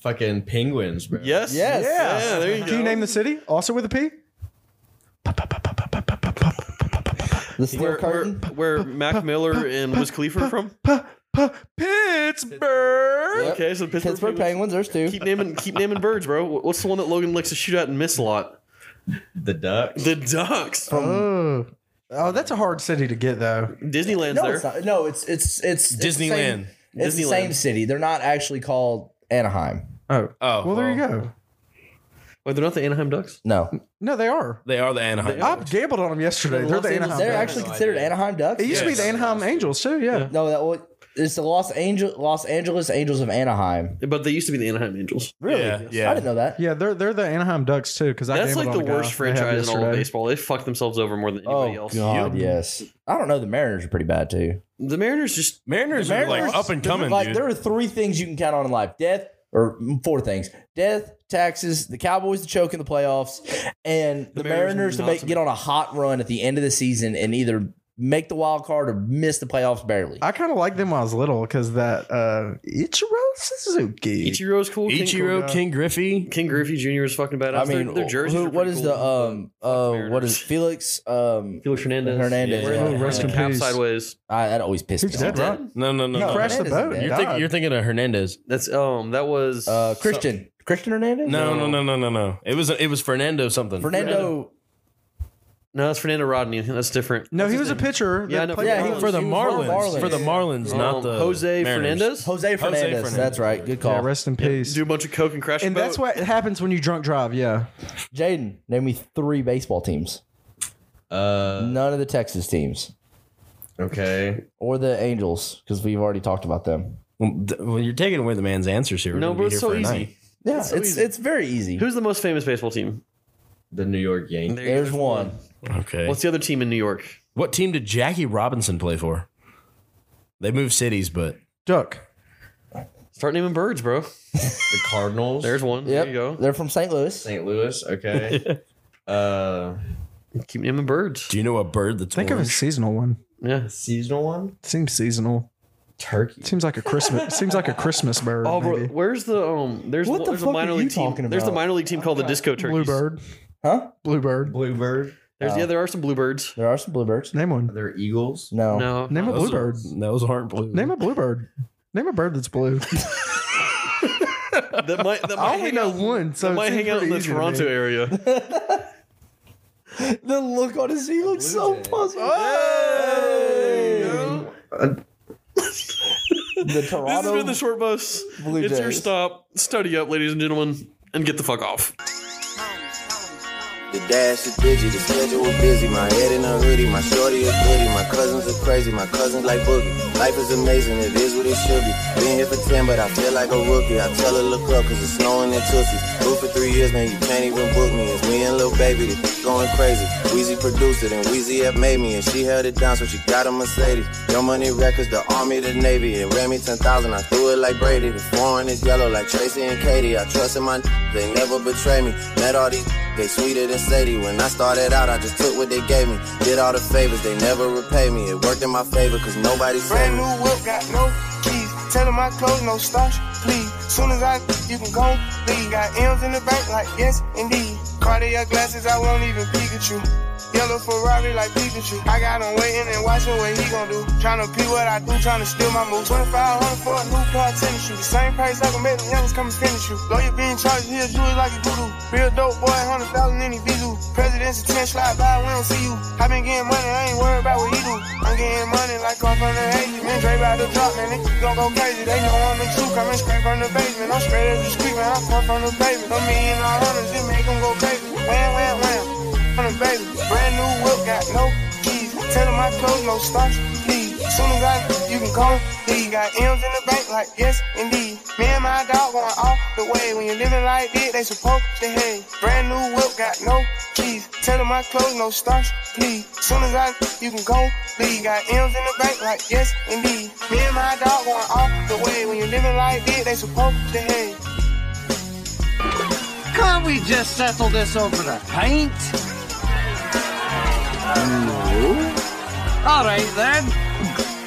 fucking penguins, bro.
Yes.
Yes.
Yeah. there you
Can
go.
you name the city also with a P?
The steel
where, where,
curtain.
where Mac Miller and Wiz Khalifa are from?
P- Pittsburgh.
Yep.
Okay, so the Pittsburgh,
Pittsburgh
Penguins.
Penguins. There's two.
Keep naming, keep naming birds, bro. What- What's the one that Logan likes to shoot at and miss a lot?
The Ducks.
The Ducks.
Oh. Oh, that's a hard city to get though.
Disneyland's
No,
there.
it's not. No, it's it's it's it's the same-
Disneyland.
It's the
Disneyland.
same city. They're not actually called Anaheim.
Oh.
Oh,
Well, there you go.
Wait, they're not the Anaheim Ducks.
No,
No, they are.
They are the Anaheim.
I gambled on them yesterday. They're
Los
the
Angeles-
Anaheim.
they're
Ducks.
actually
no
considered
idea.
Anaheim Ducks.
It used to be
Yes.
the Anaheim Angels too. Yeah.
Yeah.
No, that was it's the Los Angel Los Angeles Angels of Anaheim.
But they used to be the Anaheim Angels.
Really?
Yeah, yeah.
I didn't know that.
Yeah, they're they're the Anaheim Ducks too. Because I
That's
gambled
like
on
the
a guy
worst
they had
franchise in all of
yesterday.
baseball. They fuck themselves over more than anybody
Oh
else.
God, yes. I don't know. The Mariners are pretty bad too.
The Mariners just
Mariners,
The
are like
Mariners-
up and coming,
like
dude.
there are three things you can count on in life: death, or mm, four things: death, taxes, the Cowboys to choke in the playoffs, and the,
The Mariners
Mariners, to
not
make
to-
get on a hot run at the end of the season and either make the wild card or miss the playoffs barely.
I kind of liked them when I was little because that uh, Ichiro Suzuki.
Ichiro's cool. King,
Ichiro, King Griffey.
King Griffey Jr. is fucking badass.
I mean,
their, their jerseys.
who-
are
what
pretty
is
cool.
the um uh what
Mariners.
is Felix um
Felix Hernandez?
Hernandez,
Wearing the-
yeah. Oh,
wearing
rest
the
in
cap
peace.
sideways.
I, that always pissed
He's
me off.
dead, right?
No, no, no,
He
No,
no.
crashed the
Hernandez is
boat.
dead.
and
You're, think,
died.
you're thinking of Hernandez.
That's um. That was
Uh, Christian Christian Hernandez.
No, no, no, no, no, no. It was it was Fernando something.
Fernando.
No, that's Fernando Rodney. That's different.
no,
That's
he
his
was a
name.
pitcher.
Yeah, I
that
know.
played
Yeah, he
for-
for the
He was
Marlins,
Marlins.
for the Marlins,
Um,
not the
Jose
Mariners.
Fernandez.
Jose Fernandez.
Fernandez.
That's right. Good
yeah,
call.
rest in peace.
Do a bunch of coke and crash. a
and
boat.
that's what happens when you drunk drive. Yeah.
Jaden, name me three baseball teams.
Uh,
None of the Texas teams
okay.
or the Angels because we've already talked about them.
Well, th- well, you're taking away the man's answers here. We're
No,
gonna
but
be
it's
here
so
for a
easy.
night.
Yeah,
so
it's
easy.
it's very easy.
Who's the most famous baseball team?
The New York Yankees.
There you go.
There's one.
Okay.
What's the other team in New York?
what team did Jackie Robinson play for? They moved cities, but
Duck.
Start naming birds, bro.
The Cardinals.
There's one.
Yep,
There you
they're from St. Louis.
St. Louis. Okay. uh,
go. Keep naming birds.
do you know a bird that's
Think of a
orange?
seasonal one.
Yeah.
seasonal one.
Seems seasonal.
Turkey.
Seems like a Christmas. seems like a Christmas bird.
Oh, bro,
maybe.
where's the um? There's
What the
there's
fuck
a minor
are
league
you
team.
talking
There's the
about?
minor league team called the Disco Turkeys.
Bluebird.
Huh?
Bluebird.
Bluebird.
There's yeah, there are some bluebirds.
There are some bluebirds.
Name one.
They're Eagles.
No.
No,
Name a
Those are-
bluebird.
those aren't blue.
Name a bluebird. Name a bird that's blue.
that might that might
I only
hang
know
out-
one, so
that
it
might
seems
hang out in
pretty
the
easy to
Toronto
me.
area.
The look on his he looks so
Jays.
puzzled. Hey! The
This has
Toronto
been the short bus.
Blue
it's your
Jays.
stop. Study up, ladies and gentlemen, and get the fuck off.
The dash is busy, the schedule is busy. My head in a hoodie, my shorty is goody. My cousins are crazy, my cousins like boogie. Life is amazing, it is what it should be. Been here for 10, but I feel like a rookie. I tell her, look up, cause it's snowing in Tootsie. Boo for three years, man, you can't even book me. It's me and Lil Baby, that's going crazy. Weezy produced it, and Weezy have made me. And she held it down, so she got a Mercedes. Your money records, the army, the navy. It ran me 10,000, I threw it like Brady. The foreign is yellow, like Tracy and Katie. I trust in my, they never betray me. Met all these they sweeter than Sadie. When I started out, I just took what they gave me. Did all the favors, they never repay me. It worked in my favor, cause nobody saved
Brand
me.
new whip, got no keys. Tell him I close, no starch, please. Soon as I, you can go, leave. Got M's in the bank, like yes, indeed. Cardio glasses, I won't even Pikachu. Yellow Ferrari like Pikachu. I got him waiting and watching what he gon' do. Tryna pee what I do, tryna steal my move. 2500 for a new pair of tennis shoes. Same price I can make them youngins come and finish you. Lawyer being charged, he'll do it like a voodoo. Real dope boy, 100,000 in his visual. President's 10 slide by, we don't see you. I been getting money, I ain't worried about what he do. I'm getting money like I'm from the Haiti. Man, Dre about to drop, man, niggas gon' go crazy. They know I'm the truth, coming straight from the basement. I'm straight as a street, man, I come from the basement. I'm me and all hundreds, it make them go crazy. Wham, wham, wham on the baby. Brand new whip, got no keys. Tell him my clothes, no starch, please. Soon as I, you can come, leave. Got M's in the bank, like yes, indeed. Me and my dog going all the way. When you living like this, they supposed to hate. Brand new whip, got no keys. Tell him my clothes, no starch, please. Soon as I, you can go, leave. Got M's in the bank, like yes, indeed. Me and my dog going all the way. When you living like this, they supposed to hate.
Can't we just settle this over the paint? All right then.